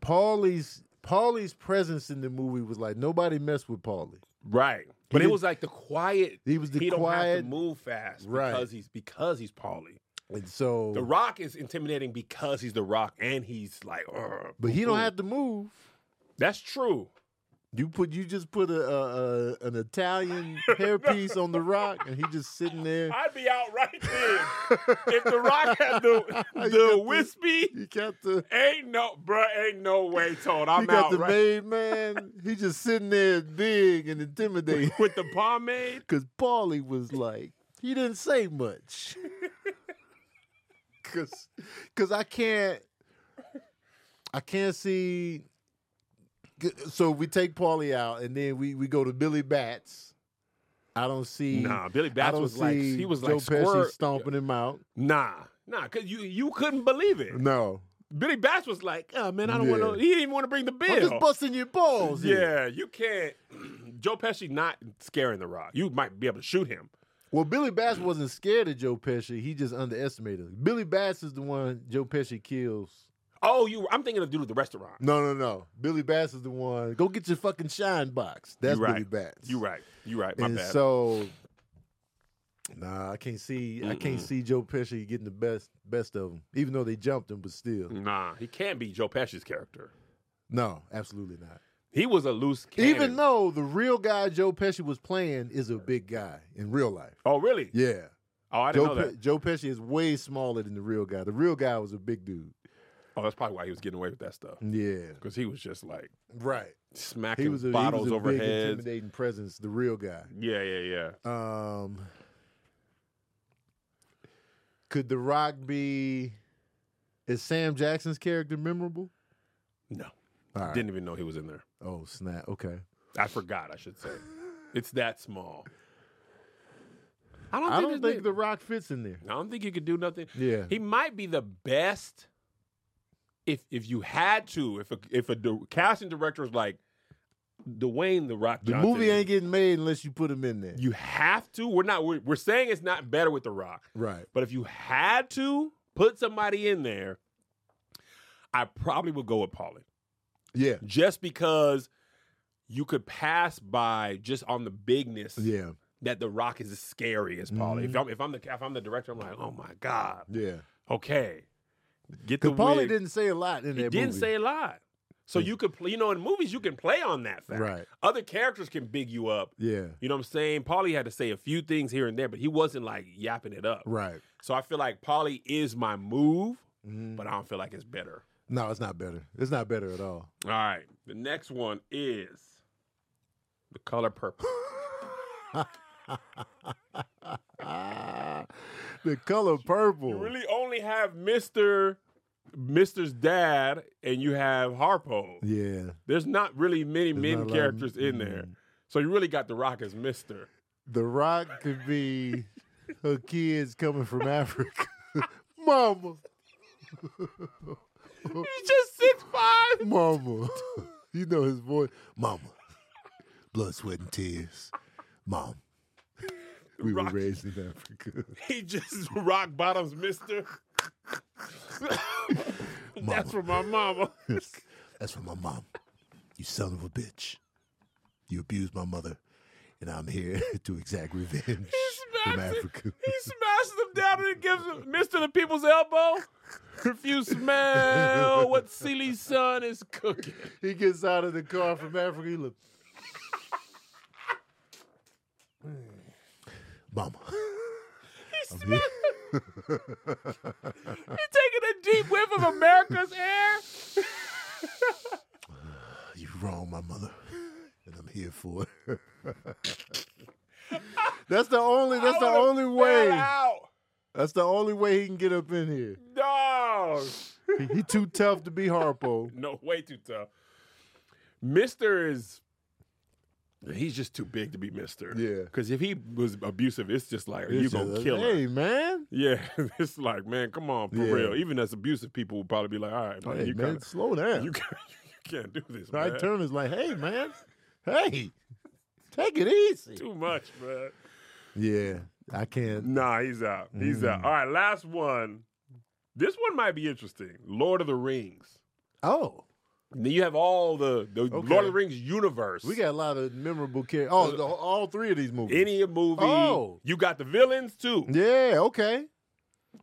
Speaker 1: Paulie's Paulie's presence in the movie was like nobody messed with Paulie.
Speaker 2: right, but it
Speaker 1: did-
Speaker 2: was like the quiet.
Speaker 1: He was the
Speaker 2: he don't have
Speaker 1: quiet,
Speaker 2: to move fast
Speaker 1: Right.
Speaker 2: because he's because he's Paulie.
Speaker 1: And so,
Speaker 2: The Rock is intimidating because he's The Rock and he's like, "Ugh."
Speaker 1: but he don't have to move.
Speaker 2: that's true.
Speaker 1: You put you just put a, a, a an
Speaker 2: *laughs*
Speaker 1: Italian hairpiece on the rock, and he just sitting there.
Speaker 2: I'd be out right
Speaker 1: *laughs*
Speaker 2: then if The Rock had the
Speaker 1: got
Speaker 2: the
Speaker 1: the-
Speaker 2: wispy.
Speaker 1: He got the
Speaker 2: Ain't no, bruh, ain't no way, Toad.
Speaker 1: he
Speaker 2: I'm
Speaker 1: got
Speaker 2: out
Speaker 1: the
Speaker 2: right
Speaker 1: maid man. He just sitting there big and intimidating.
Speaker 2: *laughs* with the pomade.
Speaker 1: Cause Paulie was like, he didn't say much. *laughs* Cause, cause I can't, I can't see. So we take Paulie out, and then we we go to Billy Bats. I don't see.
Speaker 2: Nah, Billy
Speaker 1: I
Speaker 2: Bats
Speaker 1: don't
Speaker 2: was like,
Speaker 1: see
Speaker 2: he was
Speaker 1: Joe
Speaker 2: like,
Speaker 1: Pesci
Speaker 2: squirt.
Speaker 1: stomping him out.
Speaker 2: Nah, nah, cause you you couldn't believe it.
Speaker 1: No,
Speaker 2: Billy Bats was like, oh man, I don't
Speaker 1: Yeah.
Speaker 2: want to. He didn't want to bring the bill.
Speaker 1: I'm just busting your balls.
Speaker 2: yeah,
Speaker 1: here.
Speaker 2: you can't. *clears throat* Joe Pesci not scaring the Rock. You might be able to shoot him.
Speaker 1: Well, Billy Bats wasn't scared of Joe Pesci. He just underestimated. him. Billy Bats is the one Joe Pesci kills
Speaker 2: Oh, you. I'm thinking of dude at the restaurant.
Speaker 1: No, no, no. Billy Bass is the one. Go get your fucking shine box. That's
Speaker 2: You right.
Speaker 1: Billy Bass.
Speaker 2: You right. You right. My
Speaker 1: and
Speaker 2: bad.
Speaker 1: so, nah, I can't see. I can't see Joe Pesci getting the best best of him. Even though they jumped him, but still,
Speaker 2: nah, he can't be Joe Pesci's character.
Speaker 1: no, absolutely not.
Speaker 2: He was a loose. Cannon.
Speaker 1: Even though the real guy Joe Pesci was playing is a big guy in real life.
Speaker 2: Oh really?
Speaker 1: Yeah,
Speaker 2: Oh, I didn't
Speaker 1: Joe
Speaker 2: know that.
Speaker 1: Pe- Joe Pesci is way smaller than the real guy. The real guy was a big dude.
Speaker 2: Oh, that's probably why he was getting away with that stuff.
Speaker 1: Yeah,
Speaker 2: Because he was just like
Speaker 1: right.
Speaker 2: smacking
Speaker 1: He was a, he
Speaker 2: bottles
Speaker 1: was a
Speaker 2: over
Speaker 1: big,
Speaker 2: heads.
Speaker 1: intimidating presence. The real guy.
Speaker 2: Yeah, yeah, yeah.
Speaker 1: Um, could The Rock be? Is Sam Jackson's character memorable?
Speaker 2: No,
Speaker 1: All right.
Speaker 2: didn't even know he was in there.
Speaker 1: Oh snap! Okay.
Speaker 2: I forgot. I should say, it's that small. I don't.
Speaker 1: I don't
Speaker 2: there's
Speaker 1: think
Speaker 2: been-
Speaker 1: The Rock fits in there.
Speaker 2: I don't think you could do nothing.
Speaker 1: Yeah.
Speaker 2: He might be the best. If if you had to, if a, if a di- casting director was like Dwayne the Rock,
Speaker 1: the
Speaker 2: Johnson,
Speaker 1: movie ain't getting made unless you put him in there.
Speaker 2: You have to. We're not. We're, we're saying it's not better with the Rock.
Speaker 1: right.
Speaker 2: But if you had to put somebody in there, I probably would go with Paulie.
Speaker 1: Yeah.
Speaker 2: Just because you could pass by just on the bigness
Speaker 1: Yeah. Mm-hmm.
Speaker 2: that The Rock is as scary as Paulie. If, I'm, if I'm the if I'm the director, I'm like, oh my god,
Speaker 1: Yeah.
Speaker 2: okay, get the
Speaker 1: Because Paulie
Speaker 2: wig.
Speaker 1: didn't say a lot in
Speaker 2: He
Speaker 1: that
Speaker 2: didn't
Speaker 1: movie.
Speaker 2: say a lot, so you could play. You know, in movies you can play on that fact.
Speaker 1: Right.
Speaker 2: Other characters can big you up.
Speaker 1: Yeah.
Speaker 2: You know what I'm saying? Paulie had to say a few things here and there, but he wasn't like yapping it up.
Speaker 1: Right.
Speaker 2: So I feel like Polly is my move,
Speaker 1: Mhm.
Speaker 2: but I don't feel like it's better.
Speaker 1: No, it's not better. It's not better at all. *laughs*
Speaker 2: All right. The next one is the color *gasps* purple.
Speaker 1: the color purple.
Speaker 2: You really only have Mr. Mr.'s dad and you have Harpo.
Speaker 1: yeah.
Speaker 2: There's not really many
Speaker 1: There's
Speaker 2: men
Speaker 1: not a lot of-
Speaker 2: characters in there.
Speaker 1: Mhm.
Speaker 2: So you really got the rock as Mr.
Speaker 1: The Rock could be her kids coming from Africa. *laughs* mama,
Speaker 2: He's just six five.
Speaker 1: mama. *laughs* You know his voice. Mama. Blood, sweat, and tears. Mom. We were
Speaker 2: Rock.
Speaker 1: raised in Africa.
Speaker 2: *laughs* He just rock bottoms Mr. *laughs* That's for
Speaker 1: *laughs*
Speaker 2: my mama.
Speaker 1: That's for my mom. You son of a bitch. You abused my mother, and I'm here *laughs* to exact revenge from
Speaker 2: smacks it.
Speaker 1: Africa.
Speaker 2: He smashes them down and gives them Mister the People's elbow. If you smell what Sealy's son is cooking,
Speaker 1: He gets out of the car from Africa. He look, Mama.
Speaker 2: he smells. He's taking a deep whiff of America's air.
Speaker 1: You wrong my mother, and I'm here for it. *laughs* that's the only. That's the
Speaker 2: I would've
Speaker 1: only
Speaker 2: fell
Speaker 1: way.
Speaker 2: Out.
Speaker 1: That's the only way he can get up in here.
Speaker 2: No,
Speaker 1: He, he too tough to be Harpo.
Speaker 2: no, way too tough. Mister is. He's just too big to be Mister.
Speaker 1: Yeah.
Speaker 2: Because if he was abusive, it's just like, are you
Speaker 1: It's
Speaker 2: gonna
Speaker 1: just,
Speaker 2: kill him?
Speaker 1: Hey man.
Speaker 2: Yeah, *laughs* it's like, man, come on, for
Speaker 1: Yeah.
Speaker 2: real. Even as abusive people would probably be like, all right, buddy,
Speaker 1: Hey
Speaker 2: you,
Speaker 1: man,
Speaker 2: kinda,
Speaker 1: slow down.
Speaker 2: *laughs* you, can't, you can't do this,
Speaker 1: Right
Speaker 2: man.
Speaker 1: Turner's like, hey man, hey, take it *laughs* easy.
Speaker 2: Too much, man.
Speaker 1: Yeah, I can't.
Speaker 2: Nah, he's out. He's
Speaker 1: Mm.
Speaker 2: out. All right, last one. This one might be interesting. Lord of the Rings.
Speaker 1: Oh,
Speaker 2: Then you have all the, the Lord of the Rings universe.
Speaker 1: we got a lot of memorable characters. Oh,
Speaker 2: Uh,
Speaker 1: the, all three of these movies.
Speaker 2: any movie.
Speaker 1: Oh.
Speaker 2: You got the villains too.
Speaker 1: Yeah. Okay.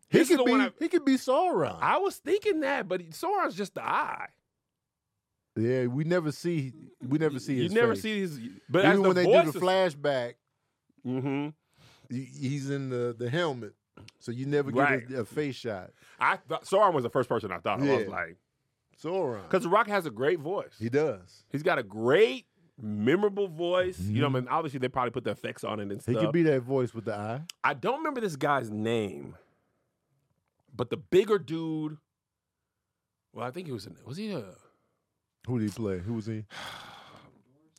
Speaker 1: He
Speaker 2: This is
Speaker 1: could
Speaker 2: the
Speaker 1: be
Speaker 2: one I-
Speaker 1: he could be Sauron.
Speaker 2: I was thinking that, but Sauron's just the eye.
Speaker 1: yeah, we never see we never see
Speaker 2: you
Speaker 1: his
Speaker 2: never
Speaker 1: face.
Speaker 2: see his. But as
Speaker 1: Even
Speaker 2: the
Speaker 1: when they do
Speaker 2: voices,
Speaker 1: the flashback,
Speaker 2: hmm
Speaker 1: he- he's in the, the helmet, so you never get
Speaker 2: Right.
Speaker 1: a, a face shot.
Speaker 2: I thought Sauron was the first person I thought. of. I was
Speaker 1: Yeah.
Speaker 2: like,
Speaker 1: Sauron,
Speaker 2: because The Rock has a great voice.
Speaker 1: he does.
Speaker 2: He's got a great, memorable voice. You know,
Speaker 1: Mhm.
Speaker 2: what I mean, obviously they probably put the effects on it and
Speaker 1: He
Speaker 2: stuff.
Speaker 1: could be that voice with the eye.
Speaker 2: I don't remember this guy's name, but the bigger dude. Well, I think he was. A, was he a?
Speaker 1: Who did he play? Who was he?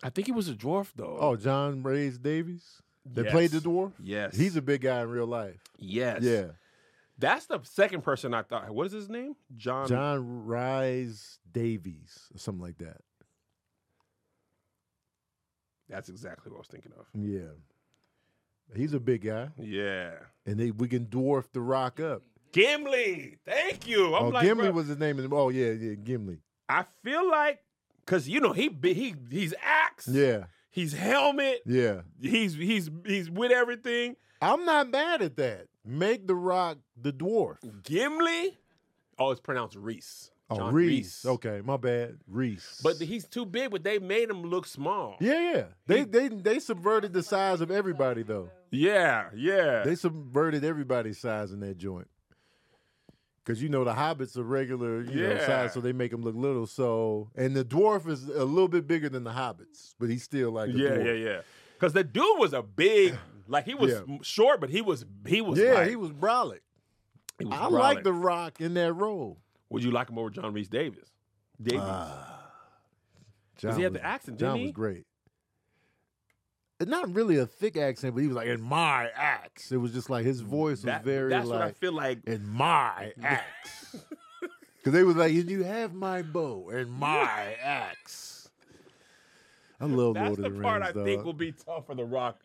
Speaker 2: I think he was a dwarf though.
Speaker 1: Oh, John Ray's Davies that played the
Speaker 2: Yes.
Speaker 1: dwarf.
Speaker 2: Yes,
Speaker 1: He's a big guy in real life.
Speaker 2: yes.
Speaker 1: Yeah,
Speaker 2: that's the second person I thought. What is his name? John.
Speaker 1: John Rhys Davies or something like that.
Speaker 2: That's exactly what I was thinking of.
Speaker 1: Yeah, he's a big guy,
Speaker 2: Yeah,
Speaker 1: and they we can dwarf the Rock up.
Speaker 2: Gimli. Thank you. I'm
Speaker 1: oh,
Speaker 2: like,
Speaker 1: Gimli
Speaker 2: bruh,
Speaker 1: was his name. In the, oh yeah, yeah, Gimli.
Speaker 2: I feel like because you know he be- he he's axe.
Speaker 1: Yeah,
Speaker 2: He's helmet.
Speaker 1: yeah.
Speaker 2: He's he's he's with everything.
Speaker 1: I'm not mad at that. Make the Rock the dwarf.
Speaker 2: Gimli. Oh, it's pronounced Reese.
Speaker 1: Oh,
Speaker 2: John
Speaker 1: Reese. Okay, my bad, Reese.
Speaker 2: But he's too big, but they made him look small.
Speaker 1: yeah, yeah, they they they subverted the size of everybody though.
Speaker 2: yeah. yeah.
Speaker 1: They subverted everybody's size in that joint. Cause you know the hobbits are regular, you know,
Speaker 2: Yeah.
Speaker 1: size, so they make them look little. So, and the dwarf is a little bit bigger than the hobbits, but he's still like a
Speaker 2: yeah,
Speaker 1: dwarf.
Speaker 2: yeah, yeah. Because the dude was
Speaker 1: *sighs*
Speaker 2: a big, like he was
Speaker 1: Yeah.
Speaker 2: short, but he was he was
Speaker 1: yeah,
Speaker 2: like-
Speaker 1: he was brolic.
Speaker 2: he was
Speaker 1: I like
Speaker 2: brolic.
Speaker 1: the Rock in that role.
Speaker 2: Would you like him over John Reese Davis? Davies.
Speaker 1: Ah, John
Speaker 2: he had
Speaker 1: was-
Speaker 2: the accent,
Speaker 1: John
Speaker 2: didn't
Speaker 1: was
Speaker 2: he?
Speaker 1: great. And Not really a thick accent, but he was like in my axe. It was just like his voice was
Speaker 2: That-
Speaker 1: very
Speaker 2: that's
Speaker 1: like
Speaker 2: what I feel like. Ah,
Speaker 1: and
Speaker 2: *laughs*
Speaker 1: my *laughs* axe. Because they was like, and you have my bow and my axe. I love
Speaker 2: That's
Speaker 1: Lord
Speaker 2: the
Speaker 1: of the
Speaker 2: part
Speaker 1: Rings.
Speaker 2: I think
Speaker 1: dog.
Speaker 2: will be tough for The Rock.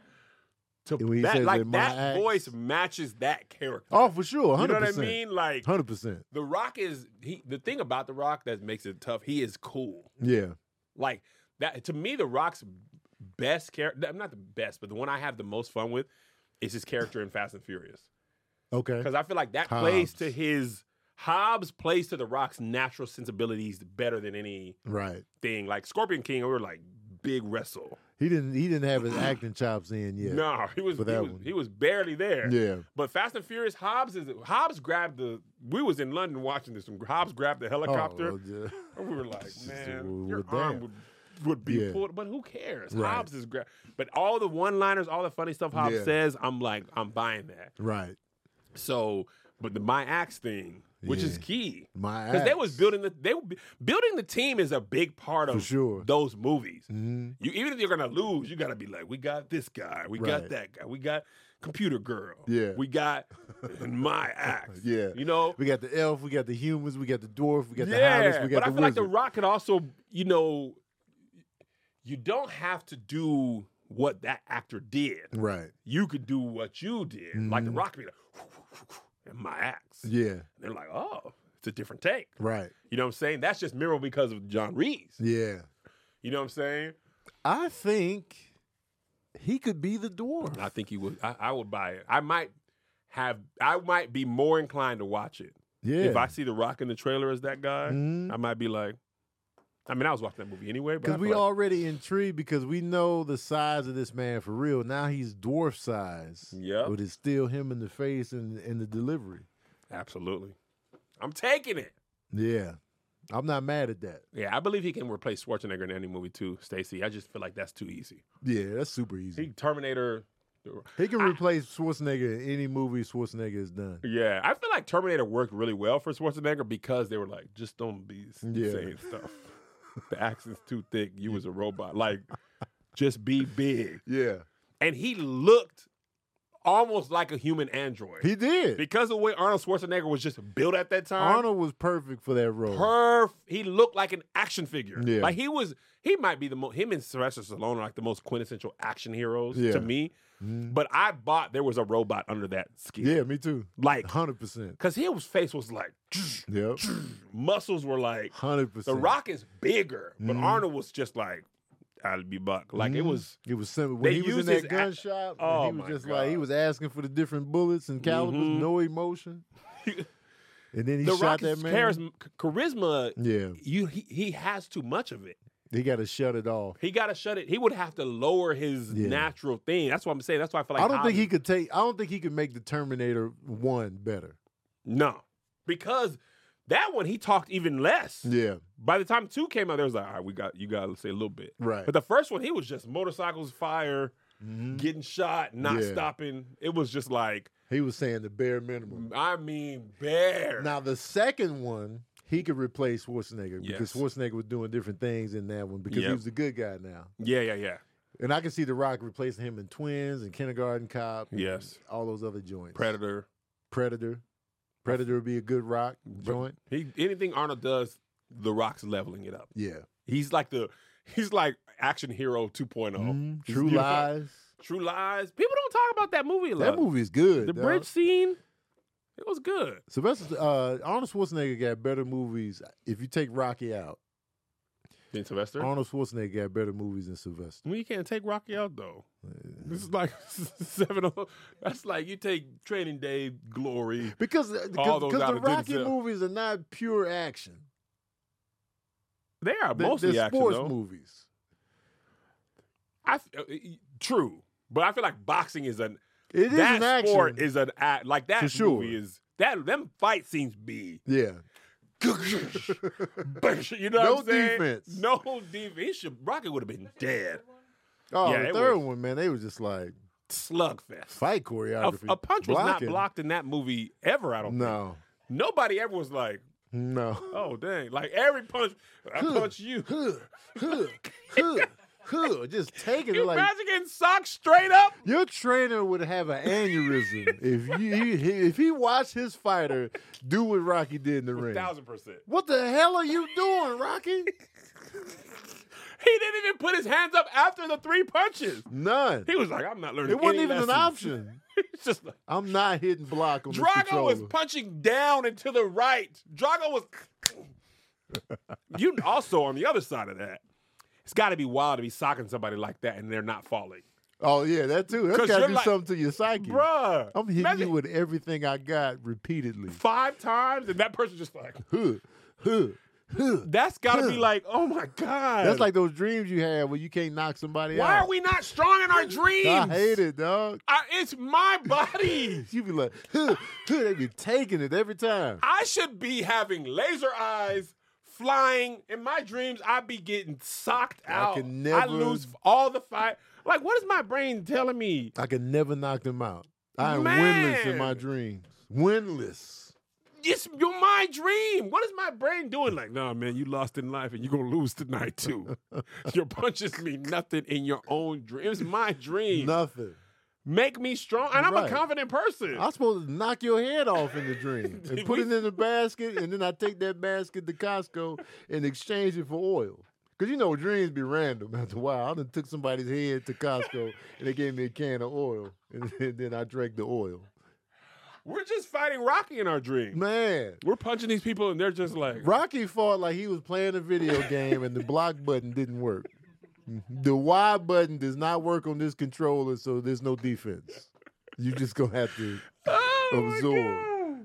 Speaker 2: To
Speaker 1: When he
Speaker 2: that,
Speaker 1: says
Speaker 2: like
Speaker 1: in my
Speaker 2: that
Speaker 1: axe.
Speaker 2: voice matches that character.
Speaker 1: Oh, for sure,
Speaker 2: You know
Speaker 1: hundred
Speaker 2: what I
Speaker 1: percent.
Speaker 2: mean? Like
Speaker 1: Hundred percent.
Speaker 2: The Rock is he. The thing about The Rock that makes it tough, he is cool.
Speaker 1: Yeah,
Speaker 2: Like that to me, The Rock's best character. Not the best, but the one I have the most fun with is his character in Fast and Furious.
Speaker 1: okay.
Speaker 2: Because I feel like that plays to
Speaker 1: Hobbs.
Speaker 2: his Hobbs plays to The Rock's natural sensibilities better than anything.
Speaker 1: Right.
Speaker 2: Like Scorpion King, we were like big wrestle.
Speaker 1: He didn't. He didn't have his acting chops in yet.
Speaker 2: No, he was he
Speaker 1: For that
Speaker 2: was,
Speaker 1: one.
Speaker 2: he was barely there.
Speaker 1: Yeah.
Speaker 2: But Fast and Furious, Hobbs is Hobbs grabbed the. We was in London watching this. And Hobbs grabbed the
Speaker 1: Oh,
Speaker 2: helicopter.
Speaker 1: yeah. *laughs*
Speaker 2: And we were like,
Speaker 1: Just,
Speaker 2: man,
Speaker 1: well,
Speaker 2: your
Speaker 1: well,
Speaker 2: arm
Speaker 1: damn.
Speaker 2: would, would be
Speaker 1: Yeah.
Speaker 2: pulled, but who cares?
Speaker 1: Right.
Speaker 2: Hobbs is great. But all the one liners, all the funny stuff Hobbs
Speaker 1: Yeah.
Speaker 2: says, I'm like, I'm buying that.
Speaker 1: Right.
Speaker 2: So, but the my axe thing, which is
Speaker 1: Yeah.
Speaker 2: key.
Speaker 1: My axe.
Speaker 2: Because they was building the they were- building the team is a big part
Speaker 1: for
Speaker 2: of
Speaker 1: sure.
Speaker 2: those movies.
Speaker 1: Mhm.
Speaker 2: You even if you're gonna lose, you gotta be like, we got this guy, we got
Speaker 1: Right.
Speaker 2: that guy, we got computer girl,
Speaker 1: Yeah.
Speaker 2: we got my axe,
Speaker 1: *laughs* Yeah.
Speaker 2: you know,
Speaker 1: We got the elf. We got the humans. We got the dwarf. We got the hobbits. We
Speaker 2: but
Speaker 1: got the
Speaker 2: I feel
Speaker 1: wizard.
Speaker 2: like The Rock could also, you know, you don't have to do what that actor did.
Speaker 1: right.
Speaker 2: You could do what you did. Like The
Speaker 1: Mhm.
Speaker 2: Rock could be like, and my axe.
Speaker 1: Yeah.
Speaker 2: They're like, oh, it's a different take.
Speaker 1: Right.
Speaker 2: You know what I'm saying? That's just mirror because of John Reese.
Speaker 1: Yeah.
Speaker 2: You know what I'm saying?
Speaker 1: I think he could be the dwarf.
Speaker 2: I think he would. I, I would buy it. I might have. I might be more inclined to watch it
Speaker 1: yeah.
Speaker 2: if I see The Rock in the trailer as that guy.
Speaker 1: Mhm.
Speaker 2: I might be like, I mean, I was watching that movie anyway, but I
Speaker 1: Because
Speaker 2: feel
Speaker 1: we
Speaker 2: like-
Speaker 1: already intrigued because we know the size of this man for real. Now he's dwarf size.
Speaker 2: Yep.
Speaker 1: But it's still him in the face and, and the delivery.
Speaker 2: Absolutely. I'm taking it.
Speaker 1: Yeah. I'm not mad at that.
Speaker 2: Yeah, I believe he can replace Schwarzenegger in any movie too, Stacy. I just feel like that's too easy.
Speaker 1: Yeah, that's super easy.
Speaker 2: He Terminator.
Speaker 1: He, can
Speaker 2: I-
Speaker 1: replace Schwarzenegger in any movie Schwarzenegger has done.
Speaker 2: Yeah, I feel like Terminator worked really well for Schwarzenegger because they were like, just don't be s-
Speaker 1: Yeah.
Speaker 2: saying stuff. the accent's too thick. You *laughs* was a robot. Like, just be big.
Speaker 1: Yeah.
Speaker 2: And he looked almost like a human android
Speaker 1: He did.
Speaker 2: because of the way Arnold Schwarzenegger was just built at that time.
Speaker 1: Arnold was perfect for that role.
Speaker 2: perf. He looked like an action figure.
Speaker 1: Oh. Yeah.
Speaker 2: Like he was, he might be the most, him and Sylvester Stallone are like the most quintessential action heroes
Speaker 1: Yeah.
Speaker 2: to me.
Speaker 1: Mhm.
Speaker 2: But I bought there was a robot under that skin.
Speaker 1: Yeah, me too.
Speaker 2: Like,
Speaker 1: 100%.
Speaker 2: because his face was like, *sniffs*
Speaker 1: Yep.
Speaker 2: muscles were like,
Speaker 1: 100%.
Speaker 2: The Rock is bigger, but
Speaker 1: Mhm.
Speaker 2: Arnold was just like, I'll be back. Like it
Speaker 1: Mhm.
Speaker 2: was
Speaker 1: It was simple. When
Speaker 2: They
Speaker 1: he was in
Speaker 2: used
Speaker 1: that
Speaker 2: his
Speaker 1: gun
Speaker 2: ac-
Speaker 1: shop, and
Speaker 2: Oh,
Speaker 1: he was
Speaker 2: my
Speaker 1: just like he
Speaker 2: God.
Speaker 1: was asking for the different bullets and calibers,
Speaker 2: Mhm.
Speaker 1: no
Speaker 2: *laughs*
Speaker 1: emotion. and then he
Speaker 2: the
Speaker 1: shot
Speaker 2: Rockets'
Speaker 1: that man.
Speaker 2: charisma, charisma.
Speaker 1: Yeah,
Speaker 2: You he, he has too much of it.
Speaker 1: they got to shut it off.
Speaker 2: He gotta shut it. He would have to lower his
Speaker 1: Yeah.
Speaker 2: natural thing. That's what I'm saying. That's why I feel like
Speaker 1: I don't think
Speaker 2: Hobby-
Speaker 1: he could take. I don't think he could make the Terminator one better.
Speaker 2: No, because that one he talked even less.
Speaker 1: Yeah,
Speaker 2: By the time two came out, there was like, all right, we got you got to say a little bit.
Speaker 1: right.
Speaker 2: But the first one, he was just motorcycles, fire,
Speaker 1: Mhm.
Speaker 2: getting shot, not
Speaker 1: Yeah.
Speaker 2: stopping. It was just like,
Speaker 1: He was saying the bare minimum.
Speaker 2: I mean, bear.
Speaker 1: Now the second one, he could replace Schwarzenegger because
Speaker 2: Yes.
Speaker 1: Schwarzenegger was doing different things in that one because he
Speaker 2: Yep.
Speaker 1: was the good guy now.
Speaker 2: Yeah, yeah, yeah.
Speaker 1: And I can see The Rock replacing him in Twins and Kindergarten Cop. and
Speaker 2: Yes.
Speaker 1: all those other joints.
Speaker 2: Predator.
Speaker 1: Predator. Predator would be a good rock joint.
Speaker 2: He anything Arnold does, The Rock's leveling it up.
Speaker 1: Yeah.
Speaker 2: He's like the he's like action hero 2.0.
Speaker 1: Mhm.
Speaker 2: He's
Speaker 1: True
Speaker 2: beautiful.
Speaker 1: Lies.
Speaker 2: True Lies. People don't talk about that movie. a
Speaker 1: That
Speaker 2: lot.
Speaker 1: movie's good.
Speaker 2: The
Speaker 1: dawg.
Speaker 2: bridge scene, it was good.
Speaker 1: Sylvester, uh, Arnold Schwarzenegger got better movies. If you take Rocky out,
Speaker 2: Then Sylvester.
Speaker 1: Arnold Schwarzenegger got better movies than Sylvester.
Speaker 2: Well, you can't take Rocky out though. This is like *laughs* seven. o- That's like you take Training Day, Glory.
Speaker 1: Because uh,
Speaker 2: All
Speaker 1: because
Speaker 2: those
Speaker 1: because
Speaker 2: out
Speaker 1: the
Speaker 2: of Denzel.
Speaker 1: Rocky movies are not pure action.
Speaker 2: They are
Speaker 1: They're,
Speaker 2: mostly
Speaker 1: they're
Speaker 2: action
Speaker 1: sports
Speaker 2: though.
Speaker 1: movies.
Speaker 2: I f- uh, e- true, but I feel like boxing is an
Speaker 1: It is
Speaker 2: that
Speaker 1: an action.
Speaker 2: sport is an act like that
Speaker 1: For sure.
Speaker 2: movie is that them fight scenes be. *laughs*
Speaker 1: yeah.
Speaker 2: you know what
Speaker 1: No
Speaker 2: I'm saying?
Speaker 1: defense.
Speaker 2: No defense. He should- Rocky would have been dead.
Speaker 1: Oh,
Speaker 2: Yeah,
Speaker 1: the
Speaker 2: it
Speaker 1: third
Speaker 2: was.
Speaker 1: one, man, they were just like
Speaker 2: Slugfest.
Speaker 1: fight
Speaker 2: a,
Speaker 1: choreography.
Speaker 2: a punch was
Speaker 1: Blocking.
Speaker 2: not blocked in that movie ever. I don't. think.
Speaker 1: No,
Speaker 2: Nobody ever was like,
Speaker 1: no. *laughs*
Speaker 2: "Oh dang!" Like every punch, I punch you.
Speaker 1: Huh, huh, huh, huh. Just taking
Speaker 2: You
Speaker 1: it like
Speaker 2: imagine getting socked straight up.
Speaker 1: your trainer would have an aneurysm if you he, if he watched his fighter do what Rocky did in the ring.
Speaker 2: Thousand percent.
Speaker 1: What the hell are you doing, Rocky?
Speaker 2: He didn't even put his hands up after the three punches. *laughs*
Speaker 1: None.
Speaker 2: He was like, "I'm not learning."
Speaker 1: It wasn't
Speaker 2: any
Speaker 1: even an
Speaker 2: *laughs* lessons."
Speaker 1: option.
Speaker 2: It's just like,
Speaker 1: I'm not hitting block on this
Speaker 2: Drago was
Speaker 1: controller.
Speaker 2: punching down and to the right.
Speaker 1: *laughs*
Speaker 2: Drago was. you also on the other side of that. It's got to be wild to be socking somebody like that and they're not falling,
Speaker 1: Oh yeah, that too. That's
Speaker 2: 'Cause
Speaker 1: gotta
Speaker 2: you're
Speaker 1: do
Speaker 2: like-
Speaker 1: something to your psyche.
Speaker 2: bruh.
Speaker 1: I'm hitting
Speaker 2: imagine
Speaker 1: you with everything I got repeatedly.
Speaker 2: five times, and that person's just like,
Speaker 1: Huh, huh, huh.
Speaker 2: that's got to be
Speaker 1: Huh.
Speaker 2: like, oh my god.
Speaker 1: That's like those dreams you had where you can't knock somebody
Speaker 2: Why
Speaker 1: out.
Speaker 2: are we not strong in our dreams?
Speaker 1: I hate it, dog.
Speaker 2: I- it's my body.
Speaker 1: You be like, huh, huh, they be taking it every time.
Speaker 2: I should be having laser eyes, flying. In my dreams, I be getting socked out.
Speaker 1: can never-
Speaker 2: I lose f- all the fight. Like, what is my brain telling me?
Speaker 1: I can never knock them out. I am winless in my
Speaker 2: Man.
Speaker 1: dreams. Winless.
Speaker 2: It's you're my dream. What is my brain doing? Like, nah, man, you lost in life and you're gonna lose
Speaker 1: *laughs*
Speaker 2: tonight too. your punches mean nothing in your own dream. It's my dream.
Speaker 1: Nothing.
Speaker 2: Make me strong. And I'm
Speaker 1: Right.
Speaker 2: a confident person.
Speaker 1: I'm supposed to knock your head off in the dream and
Speaker 2: Did
Speaker 1: put
Speaker 2: we-
Speaker 1: it in the basket, and then I take that basket to Costco and exchange it for oil. Cause you know dreams be random *laughs* after a while. I done took somebody's head to Costco and they gave me a can of oil, *laughs* and then I drank the oil.
Speaker 2: We're just fighting Rocky in our dream.
Speaker 1: Man,
Speaker 2: We're punching these people and they're just like
Speaker 1: Rocky fought like he was playing a video game and the block button didn't work. The Y button does not work on this controller, so there's no defense. You just gonna have to.
Speaker 2: oh my
Speaker 1: absorb.
Speaker 2: God.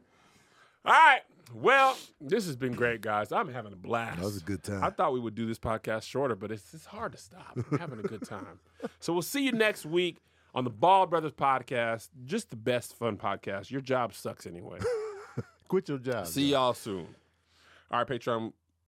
Speaker 2: All right. Well, this has been great, guys. I'm having a blast.
Speaker 1: That was a good time.
Speaker 2: I thought we would do this podcast shorter, but it's, it's hard to stop. I'm having a
Speaker 1: *laughs*
Speaker 2: good time. So we'll see you next week on the Ball Brothers podcast. Just the best fun
Speaker 1: *laughs*
Speaker 2: podcast. Your job sucks anyway.
Speaker 1: Quit your job.
Speaker 2: see y'all soon. All right, Patreon